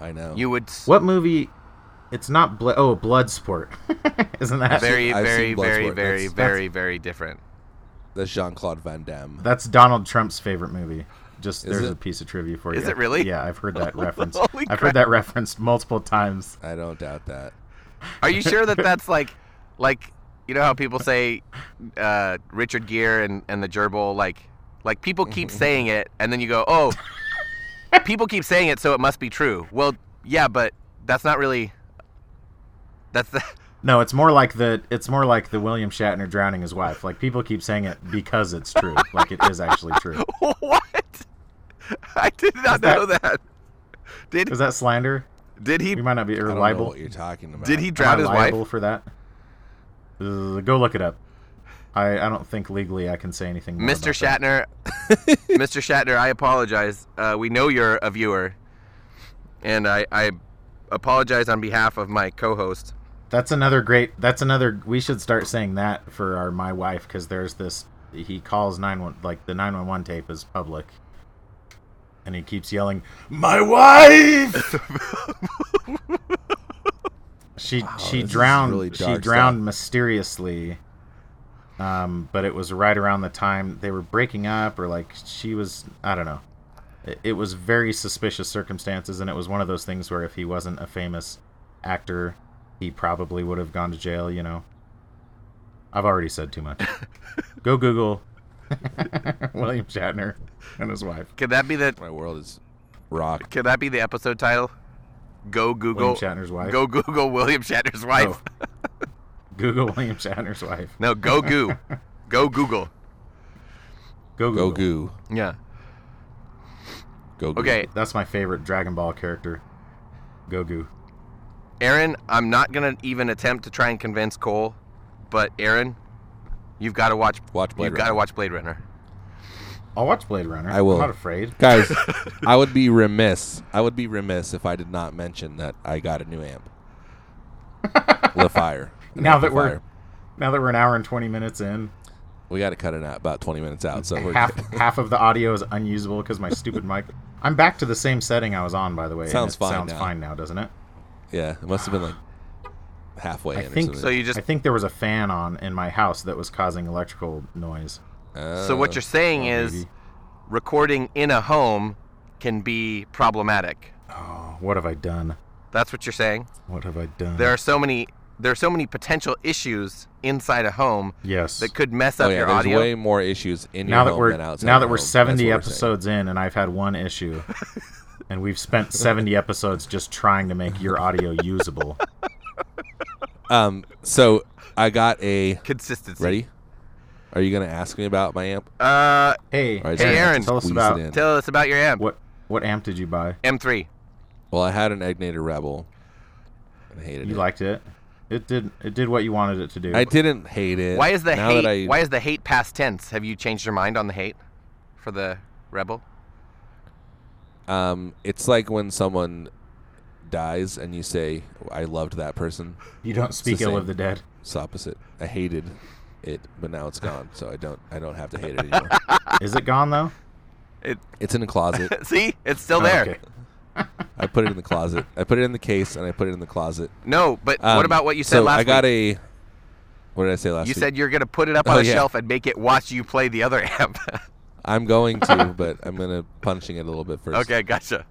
Speaker 1: I know.
Speaker 3: You would s-
Speaker 2: What movie? It's not blood. Oh, Bloodsport. Isn't that
Speaker 3: very,
Speaker 1: I've
Speaker 3: very,
Speaker 1: seen
Speaker 3: very,
Speaker 1: Bloodsport.
Speaker 3: very,
Speaker 1: That's-
Speaker 3: very, very different.
Speaker 1: That's Jean Claude Van Damme.
Speaker 2: That's
Speaker 4: Donald Trump's favorite movie.
Speaker 2: just
Speaker 1: Is
Speaker 2: there's
Speaker 1: it?
Speaker 2: a piece of trivia for you.
Speaker 3: Is it really?
Speaker 2: Yeah, I've heard that reference.
Speaker 3: Holy
Speaker 2: I've
Speaker 3: crap.
Speaker 2: heard that referenced multiple times.
Speaker 1: I don't doubt that.
Speaker 3: Are you sure that that's like, like you know how people say uh, Richard Gere and, and the gerbil like, like people keep
Speaker 2: Mm-hmm.
Speaker 3: saying it, and then you go, oh, people keep saying it, so it must be true. Well, yeah, but that's not really. That's the.
Speaker 2: No, it's more like the it's more like the William Shatner drowning his wife. Like people keep saying it because it's true. like it is actually true.
Speaker 3: what? I did not
Speaker 2: that-
Speaker 3: know that. Did
Speaker 2: Is that slander?
Speaker 3: did he
Speaker 2: We might not be
Speaker 1: I don't know
Speaker 2: reliable.
Speaker 1: what you're talking about.
Speaker 3: did he
Speaker 2: Am I
Speaker 3: drown his wife?
Speaker 2: liable for that? Uh, go look it up. I, I don't think legally I can say anything. More
Speaker 3: Mr.
Speaker 2: about that.
Speaker 3: Shatner, Mr. Shatner, I apologize. Uh, we know you're a viewer, and I, I apologize on behalf of my co-host.
Speaker 2: That's another great. That's another. We should start saying that for our my wife because there's this. He calls nine one like the nine one one tape is public, and he keeps yelling, "My wife." she she
Speaker 1: this is
Speaker 2: drowned.
Speaker 1: really
Speaker 2: she
Speaker 1: dark
Speaker 2: drowned
Speaker 1: stuff.
Speaker 2: mysteriously. Um, but it was right around the time they were breaking up, or like she was. I don't know. It, it was very suspicious circumstances, and it was one of those things where if he wasn't a famous actor, he probably would have gone to jail, you know. I've already said too much. Go Google William Shatner and his wife.
Speaker 3: Could that be the
Speaker 1: My world is rock.
Speaker 3: Could that be the episode title? Go Google.
Speaker 2: William Shatner's wife.
Speaker 3: Go Google William Shatner's wife.
Speaker 1: Oh.
Speaker 2: Google William Shatner's wife.
Speaker 3: No, go goo. go Google.
Speaker 2: Go
Speaker 1: Go
Speaker 2: Google.
Speaker 1: goo.
Speaker 3: Yeah.
Speaker 1: Go goo.
Speaker 3: Okay,
Speaker 2: That's my favorite Dragon Ball character. Go Goo.
Speaker 3: Aaron, I'm not gonna even attempt to try and convince Cole, but Aaron, you've got to watch.
Speaker 1: Watch Blade
Speaker 3: You've got to
Speaker 1: Runner.
Speaker 3: watch Blade Runner.
Speaker 2: I'll watch Blade Runner.
Speaker 1: I will.
Speaker 2: I'm not afraid.
Speaker 1: Guys, I would be remiss. I would be remiss if I did not mention that I got a new amp. the fire. An
Speaker 2: Now that
Speaker 1: amplifier.
Speaker 2: we're now that we're an hour and twenty minutes in,
Speaker 1: we got to cut it out about 20 minutes out. So we're
Speaker 2: half half of the audio is unusable because my stupid mic. I'm back to the same setting I was on, by the way. and
Speaker 1: Sounds
Speaker 2: it
Speaker 1: fine
Speaker 2: Sounds
Speaker 1: now.
Speaker 2: fine now, doesn't it?
Speaker 1: yeah, it must have been like halfway
Speaker 2: I
Speaker 1: in
Speaker 2: think
Speaker 1: or
Speaker 3: So
Speaker 1: something.
Speaker 3: you just.
Speaker 2: I think there was a fan on in my house that was causing electrical noise.
Speaker 3: So
Speaker 1: Uh,
Speaker 3: what you're saying
Speaker 2: Oh,
Speaker 3: is,
Speaker 2: maybe.
Speaker 3: recording in a home can be problematic.
Speaker 2: Oh, what have I done?
Speaker 3: That's what you're saying.
Speaker 2: What have I done?
Speaker 3: There are so many. There are so many potential issues inside a home
Speaker 2: yes.
Speaker 3: that could mess
Speaker 1: Oh
Speaker 3: up
Speaker 1: yeah,
Speaker 3: your
Speaker 1: there's
Speaker 3: audio.
Speaker 1: way more issues in your
Speaker 2: now that
Speaker 1: home
Speaker 2: we're
Speaker 1: than outside.
Speaker 2: now that
Speaker 1: your
Speaker 2: we're
Speaker 1: home. That's
Speaker 2: 70
Speaker 1: what we're saying.
Speaker 2: episodes in and I've had one issue, and we've spent 70 episodes just trying to make your audio usable.
Speaker 1: Um, so I got a
Speaker 3: Consistency.
Speaker 1: ready. Are you gonna ask me about my amp?
Speaker 3: Uh,
Speaker 2: Hey,
Speaker 1: All right, so I
Speaker 3: Hey,
Speaker 1: have to
Speaker 3: Aaron.
Speaker 2: tell us
Speaker 1: squeeze
Speaker 2: about-
Speaker 1: it in.
Speaker 3: tell us about your amp.
Speaker 2: what what amp did you buy?
Speaker 3: M3.
Speaker 1: Well, I had an Egnator Rebel. And I hated
Speaker 2: You
Speaker 1: it.
Speaker 2: liked it. It did it did what you wanted it to do.
Speaker 1: I didn't hate it.
Speaker 3: Why is the
Speaker 1: now
Speaker 3: hate?
Speaker 1: That I,
Speaker 3: Why is the hate past tense? Have you changed your mind on the hate for the rebel?
Speaker 1: Um, it's like when someone dies and you say, "I loved that person."
Speaker 2: you don't speak
Speaker 1: the
Speaker 2: ill
Speaker 1: same.
Speaker 2: of the dead.
Speaker 1: It's opposite. I hated it, but now it's gone, so I don't. I don't have to hate it anymore.
Speaker 2: Is it gone though?
Speaker 3: It,
Speaker 1: it's in a closet.
Speaker 3: see, it's
Speaker 1: Oh,
Speaker 3: still there.
Speaker 2: Okay.
Speaker 1: I put it in the closet. I put it in the case, and I put it in the closet.
Speaker 3: No, but
Speaker 1: Um,
Speaker 3: what about what you said
Speaker 1: so
Speaker 3: last
Speaker 1: I got
Speaker 3: week?
Speaker 1: a. What did I say last
Speaker 3: you
Speaker 1: week?
Speaker 3: said you're gonna put it up on
Speaker 1: Oh,
Speaker 3: a
Speaker 1: yeah.
Speaker 3: shelf and make it watch you play the other amp.
Speaker 1: I'm going to, but I'm gonna punishing it a little bit first.
Speaker 3: okay, gotcha.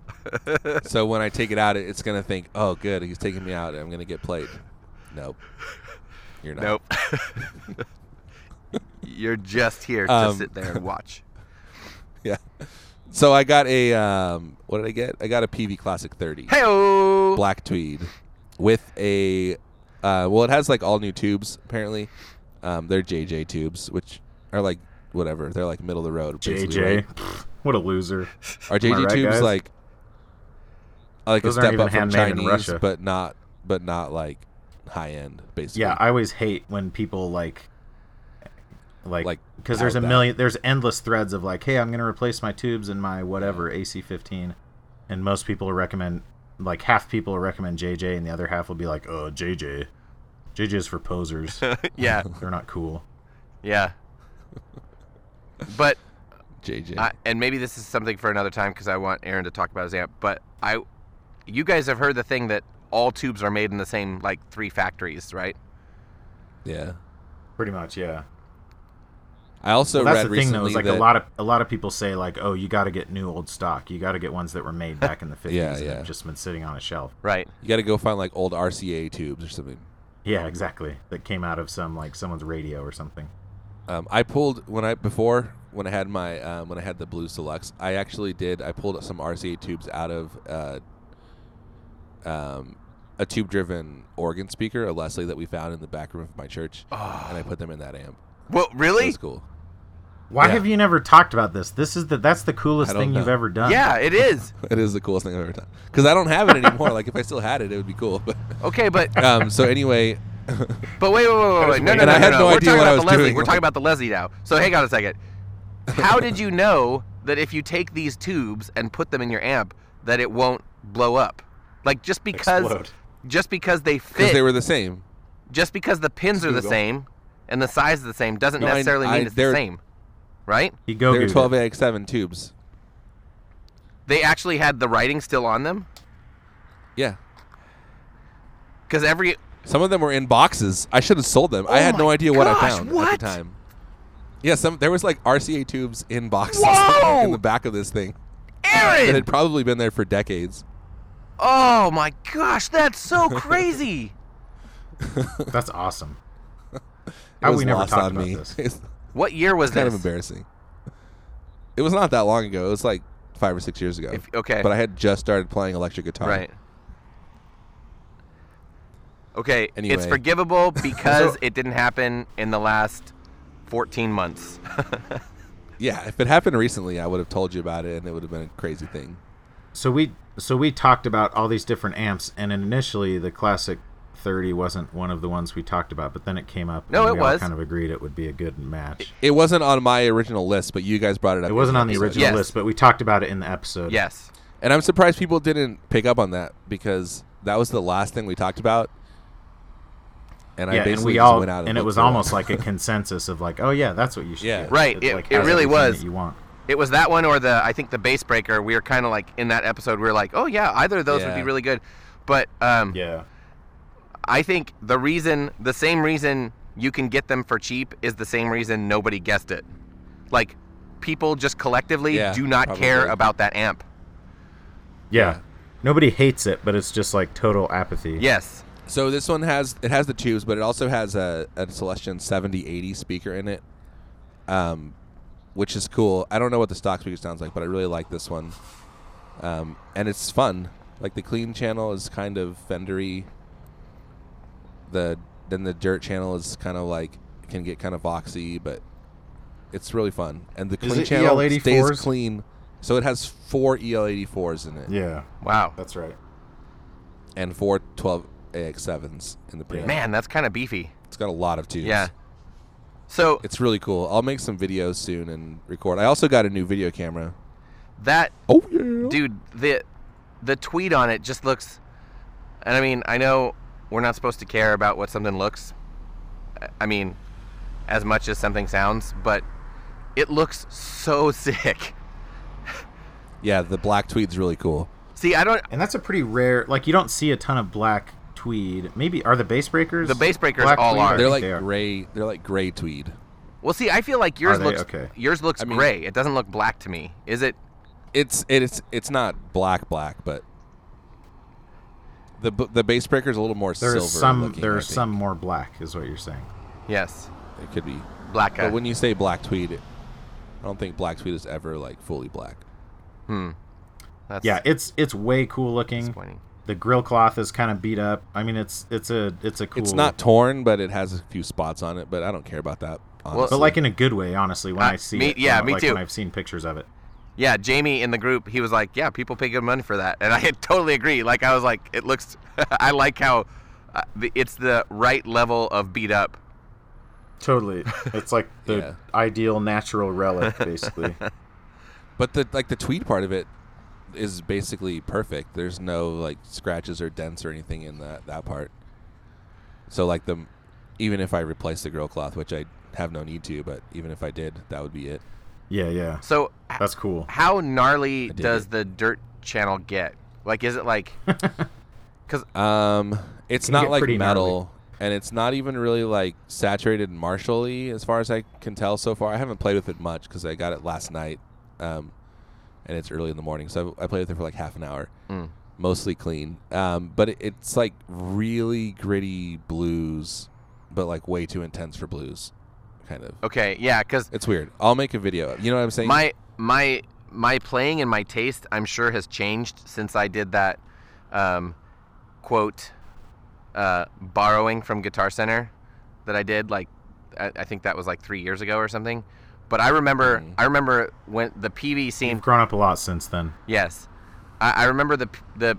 Speaker 1: So when I take it out, it- it's gonna think, "Oh, good, he's taking me out. I'm gonna get played." Nope. You're not.
Speaker 3: nope. you're just here to
Speaker 1: Um,
Speaker 3: sit there and watch.
Speaker 1: Yeah. So I got a. Um, what did I get? I got a PV Classic 30.
Speaker 3: Heyo.
Speaker 1: black tweed with a uh, well it has like all new tubes apparently um, they're jj tubes which are like whatever they're like middle of the road basically,
Speaker 2: JJ.
Speaker 1: right?
Speaker 2: What a loser.
Speaker 1: are jj
Speaker 2: I right,
Speaker 1: tubes
Speaker 2: guys?
Speaker 1: like like
Speaker 2: Those
Speaker 1: a
Speaker 2: aren't
Speaker 1: step
Speaker 2: even
Speaker 1: up from
Speaker 2: handmade in
Speaker 1: chinese
Speaker 2: Russia.
Speaker 1: but not but not like high end basically
Speaker 2: Yeah, I always hate when people like like
Speaker 1: Like,
Speaker 2: because there's a
Speaker 1: tout that.
Speaker 2: million there's endless threads of like, hey, I'm gonna replace my tubes and my whatever AC15, and most people recommend like half people recommend JJ and the other half will be like, oh JJ, JJ is for posers.
Speaker 3: yeah,
Speaker 2: They're not cool.
Speaker 3: yeah. But
Speaker 1: jj
Speaker 3: I, and maybe this is something for another time because I want Aaron to talk about his amp. But I, you guys have heard the thing that all tubes are made in the same like three factories, right?
Speaker 1: Yeah.
Speaker 2: Pretty much, yeah.
Speaker 1: I also
Speaker 2: Well, that's
Speaker 1: read
Speaker 2: the thing,
Speaker 1: recently
Speaker 2: though. Is like
Speaker 1: that
Speaker 2: a lot of a lot of people say, like, "Oh, you got to get new old stock. You got to get ones that were made back in the fifties
Speaker 1: Yeah,
Speaker 2: and
Speaker 1: yeah.
Speaker 2: have just been sitting on a shelf."
Speaker 3: Right.
Speaker 1: you got to go find like old RCA tubes or something.
Speaker 2: Yeah, exactly. That came out of some like someone's radio or something.
Speaker 1: Um, I pulled when I before when I had my um, when I had the Blues Deluxe. I actually did. I pulled some RCA tubes out of uh, um, a tube-driven organ speaker, a Leslie that we found in the back room of my church, and I put them in that amp.
Speaker 3: Well,
Speaker 1: That
Speaker 3: really?
Speaker 1: was cool.
Speaker 2: Why
Speaker 1: Yeah.
Speaker 2: have you never talked about this? This is the that's the coolest
Speaker 1: I don't
Speaker 2: thing you've
Speaker 1: know.
Speaker 2: ever done.
Speaker 3: Yeah, it is.
Speaker 1: It is the coolest thing I've ever done. Because I don't have it anymore. like if I still had it, it would be cool. But
Speaker 3: Okay, but
Speaker 1: um, so anyway,
Speaker 3: but wait, wait, wait, wait, wait. No,
Speaker 1: And
Speaker 3: no, no,
Speaker 1: I
Speaker 3: no,
Speaker 1: had
Speaker 3: no.
Speaker 1: no
Speaker 3: We're
Speaker 1: idea
Speaker 3: talking
Speaker 1: what I
Speaker 3: about the
Speaker 1: was
Speaker 3: Leslie.
Speaker 1: doing.
Speaker 3: We're talking about the Leslie now. So hang on a second. How did you know that if you take these tubes and put them in your amp that it won't blow up? Like just because
Speaker 2: Explode.
Speaker 3: just because they
Speaker 1: because
Speaker 3: fit,
Speaker 1: they were the same.
Speaker 3: just because the pins are the
Speaker 2: Google.
Speaker 3: same and the size is the same doesn't
Speaker 1: No, I-
Speaker 3: necessarily
Speaker 1: I-
Speaker 3: mean it's the
Speaker 1: they're-
Speaker 3: same. Right?
Speaker 2: He
Speaker 1: They
Speaker 2: go
Speaker 1: were 12AX7 tubes.
Speaker 3: They actually had the writing still on them
Speaker 1: Yeah.
Speaker 3: cuz every
Speaker 1: Some of them were in boxes. I should have sold them. I had
Speaker 3: Oh my
Speaker 1: no idea what I
Speaker 3: gosh,
Speaker 1: found at
Speaker 3: what?
Speaker 1: the time. Yeah, some there was like RCA tubes in boxes
Speaker 3: Whoa!
Speaker 1: in the back of this thing. It
Speaker 3: Aaron.
Speaker 1: had probably been there for decades.
Speaker 3: Oh my gosh, that's so crazy.
Speaker 2: That's awesome.
Speaker 1: It
Speaker 2: How
Speaker 1: was
Speaker 2: we never
Speaker 1: lost
Speaker 2: talked
Speaker 1: on
Speaker 2: about
Speaker 1: me.
Speaker 2: this?
Speaker 1: It's
Speaker 3: What year was
Speaker 1: kind
Speaker 3: this?
Speaker 1: of embarrassing. It was not that long ago. It was like five or six years ago.
Speaker 3: If- okay.
Speaker 1: But I had just started playing electric guitar.
Speaker 3: Right. Okay,
Speaker 1: Anyway.
Speaker 3: it's forgivable because
Speaker 1: So-
Speaker 3: it didn't happen in the last 14 months.
Speaker 1: Yeah, if it happened recently, I would have told you about it, and it would have been a crazy thing.
Speaker 5: So we
Speaker 2: So we talked about all these different amps, and initially the classic thirty wasn't one of the ones we talked about, but then it came up.
Speaker 3: No,
Speaker 2: and
Speaker 3: it
Speaker 2: we All
Speaker 3: was.
Speaker 2: kind of agreed it would be a good match.
Speaker 1: It wasn't on my original list, but you guys brought it up.
Speaker 2: It wasn't on the original
Speaker 3: Yes.
Speaker 2: list, but we talked about it in the episode.
Speaker 3: yes.
Speaker 1: and I'm surprised people didn't pick up on that because that was the last thing we talked about. And I
Speaker 2: yeah,
Speaker 1: basically
Speaker 2: and we
Speaker 1: just
Speaker 2: all
Speaker 1: went out
Speaker 2: and,
Speaker 1: and,
Speaker 2: it
Speaker 1: looked
Speaker 2: was
Speaker 1: for
Speaker 2: almost like a consensus of like, oh yeah, that's what you should.
Speaker 1: Yeah.
Speaker 2: do.
Speaker 3: Right,
Speaker 2: It's
Speaker 3: it-
Speaker 2: like
Speaker 3: it
Speaker 2: has
Speaker 3: really
Speaker 2: everything that
Speaker 3: was.
Speaker 2: You want?
Speaker 3: It was that one or the I think the bass breaker. We were kind of like in that episode we were like, "Oh yeah, either of those would be
Speaker 1: Yeah.
Speaker 3: really good." But um
Speaker 2: Yeah.
Speaker 3: I think the reason the same reason you can get them for cheap is the same reason nobody guessed it. Like people just collectively
Speaker 1: Yeah,
Speaker 3: do not care
Speaker 1: probably.
Speaker 3: about that amp.
Speaker 2: Yeah.
Speaker 5: nobody hates it, but it's just like total apathy.
Speaker 3: Yes.
Speaker 1: So this one has it has the tubes, but it also has a, a Celestion 7080 speaker in it, um, which is cool. I don't know what the stock speaker sounds like, but I really like this one, um, and it's fun. Like the clean channel is kind of Fendery. The then the dirt channel is kind of like can get kind of voxy, but it's really fun. And the
Speaker 5: Is
Speaker 1: clean
Speaker 5: it E
Speaker 1: channel stays
Speaker 5: EL84s?
Speaker 1: clean, so it has four E EL84s in it
Speaker 2: Yeah.
Speaker 3: Wow.
Speaker 2: That's right.
Speaker 1: and four 12AX7s in the preamp.
Speaker 3: Man, that's kind of beefy.
Speaker 1: It's got a lot of tubes.
Speaker 3: Yeah. So
Speaker 1: It's really cool. I'll make some videos soon and record. I also got a new video camera.
Speaker 3: that
Speaker 1: Oh yeah.
Speaker 3: dude the the tweet on it just looks and i mean i know we're not supposed to care about what something looks I- i mean as much as something sounds but it looks so sick
Speaker 1: Yeah, the black tweed's really cool.
Speaker 3: see i don't
Speaker 2: And that's a pretty rare. Like you don't see a ton of black tweed. Maybe are the bass breakers?
Speaker 3: The bass breakers
Speaker 2: black
Speaker 3: all
Speaker 2: tweed?
Speaker 3: are.
Speaker 2: I
Speaker 1: They're
Speaker 2: think
Speaker 1: like
Speaker 2: they are.
Speaker 1: gray. They're like gray tweed.
Speaker 3: well see i feel like yours
Speaker 2: they?
Speaker 3: looks
Speaker 2: Okay.
Speaker 3: yours looks
Speaker 1: I mean-
Speaker 3: gray it doesn't look black to me is it
Speaker 1: It's it's it's not black black, but the b- the bass breaker's a little more
Speaker 2: There
Speaker 1: silver
Speaker 2: is some.
Speaker 1: looking. I
Speaker 2: There's
Speaker 1: think.
Speaker 2: some more black, is what you're saying.
Speaker 3: yes
Speaker 1: It could be.
Speaker 3: black guy.
Speaker 1: But when you say black tweed, it, I don't think black tweed is ever like fully black.
Speaker 3: that's
Speaker 2: Yeah, it's it's way cool looking.
Speaker 3: disappointing
Speaker 2: The grill cloth is kind of beat up. I mean, it's it's a it's a cool.
Speaker 1: It's not torn, but it has a few spots on it. But I don't care about that. Honestly.
Speaker 2: But like in a good way, honestly. When
Speaker 3: Uh,
Speaker 2: I see
Speaker 3: me-
Speaker 2: it,
Speaker 3: yeah,
Speaker 2: when-
Speaker 3: me
Speaker 2: like,
Speaker 3: too.
Speaker 2: When I've seen pictures of it.
Speaker 3: yeah jamie in the group he was like yeah people pay good money for that and i totally agree like i was like it looks i like how uh, the- it's the right level of beat up
Speaker 2: Totally. It's like the
Speaker 1: Yeah.
Speaker 2: ideal natural relic, basically.
Speaker 1: But the like the tweed part of it is basically perfect. There's no like scratches or dents or anything in that that part. So like the even if I replace the grill cloth, which I have no need to, but even if I did, that would be it.
Speaker 2: yeah, yeah.
Speaker 3: so h-
Speaker 2: That's cool.
Speaker 3: how gnarly
Speaker 1: did
Speaker 3: does
Speaker 1: it.
Speaker 3: the dirt channel get Like, is it like?
Speaker 1: Um, it's
Speaker 2: Can
Speaker 1: not
Speaker 2: get
Speaker 1: like
Speaker 2: pretty gnarly.
Speaker 1: metal, and it's not even really like saturated martially, as far as I can tell so far. I haven't played with it much because I got it last night, um, and it's early in the morning, so I, I played with it for like half an hour,
Speaker 3: Mm.
Speaker 1: mostly clean. Um, but it, it's like really gritty blues, but like way too intense for blues, kind of.
Speaker 3: Okay, yeah, because
Speaker 1: It's weird. I'll make a video. You know what I'm saying?
Speaker 3: my my my playing and my taste, I'm sure, has changed since I did that um, quote uh, borrowing from Guitar Center that I did. Like, I, I think that was like three years ago or something. But I remember, I remember when the PV
Speaker 2: You've
Speaker 3: seemed
Speaker 2: grown up a lot since then.
Speaker 3: yes, I, I remember the p- the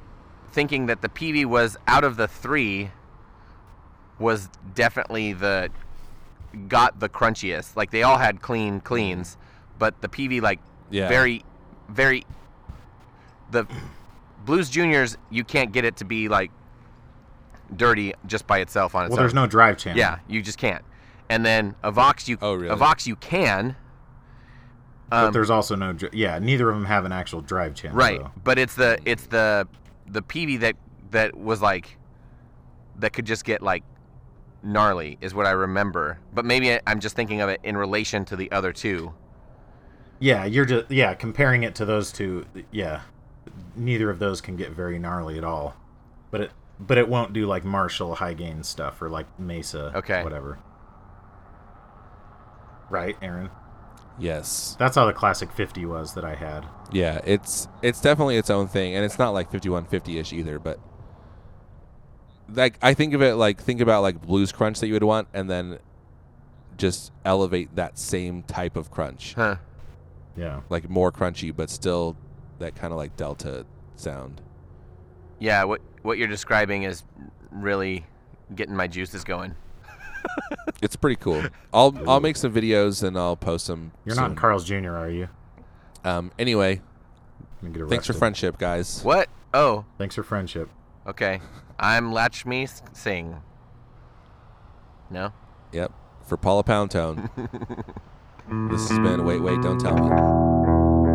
Speaker 3: thinking that the PV was out of the three was definitely the got the crunchiest. Like they all had clean cleans, but the PV like
Speaker 1: Yeah.
Speaker 3: very very the Blues Juniors you can't get it to be like dirty just by itself on its
Speaker 2: Well,
Speaker 3: own.
Speaker 2: there's no drive channel.
Speaker 3: yeah, you just can't. And then a Vox you
Speaker 1: Oh, really?
Speaker 3: a Vox you can. um,
Speaker 2: but there's also no. dr- Yeah, neither of them have an actual drive channel.
Speaker 3: Right,
Speaker 2: though.
Speaker 3: but it's the it's the the PV that that was like that could just get like gnarly is what I remember. But maybe I, I'm just thinking of it in relation to the other two.
Speaker 2: Yeah, you're just yeah comparing it to those two. Yeah, neither of those can get very gnarly at all. But it but it won't do like Marshall high gain stuff or like Mesa.
Speaker 3: Okay.
Speaker 2: Whatever. Right, Aaron.
Speaker 1: yes.
Speaker 2: That's how the classic fifty was that I had.
Speaker 1: Yeah, it's it's definitely its own thing, and it's not like fifty one fifty ish either. But like I think of it like think about like blues crunch that you would want, and then just elevate that same type of crunch,
Speaker 3: Huh.
Speaker 2: Yeah.
Speaker 1: like more crunchy, but still that kind of like delta sound.
Speaker 3: Yeah, what what you're describing is really getting my juices going.
Speaker 1: It's pretty cool. I'll I'll make some videos and I'll post them.
Speaker 2: You're not
Speaker 1: soon.
Speaker 2: in Carl's Jr. Are you?
Speaker 1: Um. Anyway,
Speaker 2: I'm gonna get
Speaker 1: thanks for
Speaker 2: arrested.
Speaker 1: friendship, guys.
Speaker 3: What? Oh,
Speaker 2: Thanks for friendship.
Speaker 3: okay. I'm Lakshmi Singh. No.
Speaker 1: Yep. For Paula Poundtone. this has been wait wait don't tell me.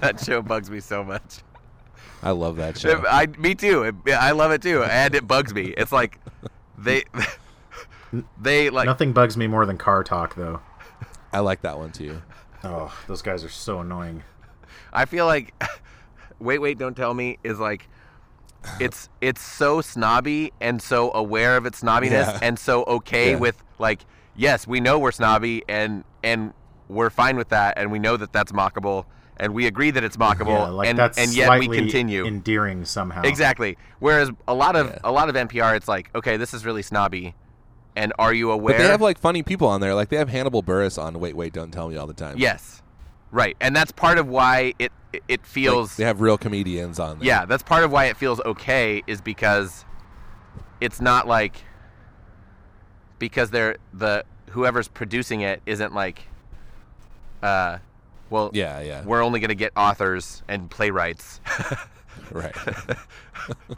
Speaker 3: that show bugs me so much.
Speaker 1: I love that show.
Speaker 3: I, me too. It- I love it too, and it bugs me. It's like they, they like
Speaker 2: Nothing bugs me more than car talk though.
Speaker 1: I like that one too.
Speaker 2: Oh, those guys are so annoying.
Speaker 3: I feel like wait, wait, don't tell me is like it's it's so snobby and so aware of its snobbiness
Speaker 1: Yeah.
Speaker 3: and so okay
Speaker 1: Yeah.
Speaker 3: with like yes, we know we're snobby and and we're fine with that and we know that that's mockable and we agree that it's mockable
Speaker 2: Yeah, like
Speaker 3: and
Speaker 2: that's
Speaker 3: and yet we
Speaker 2: slightly
Speaker 3: continue.
Speaker 2: endearing somehow.
Speaker 3: exactly. Whereas a lot of
Speaker 1: Yeah.
Speaker 3: a lot of NPR it's like, okay, this is really snobby. And are you aware?
Speaker 1: But they have like funny people on there. Like they have Hannibal Burris on Wait Wait Don't Tell Me all the time.
Speaker 3: yes. Right. And that's part of why it it- it
Speaker 1: Like,
Speaker 3: feels
Speaker 1: they have real comedians on there.
Speaker 3: Yeah, that's part of why it feels okay is because it's not like because they're the whoever's producing it isn't like uh well
Speaker 1: Yeah, yeah.
Speaker 3: we're only going to get authors and playwrights.
Speaker 1: Right.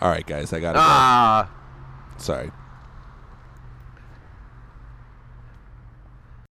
Speaker 1: all right, guys, I got it.
Speaker 3: ah,
Speaker 1: Sorry.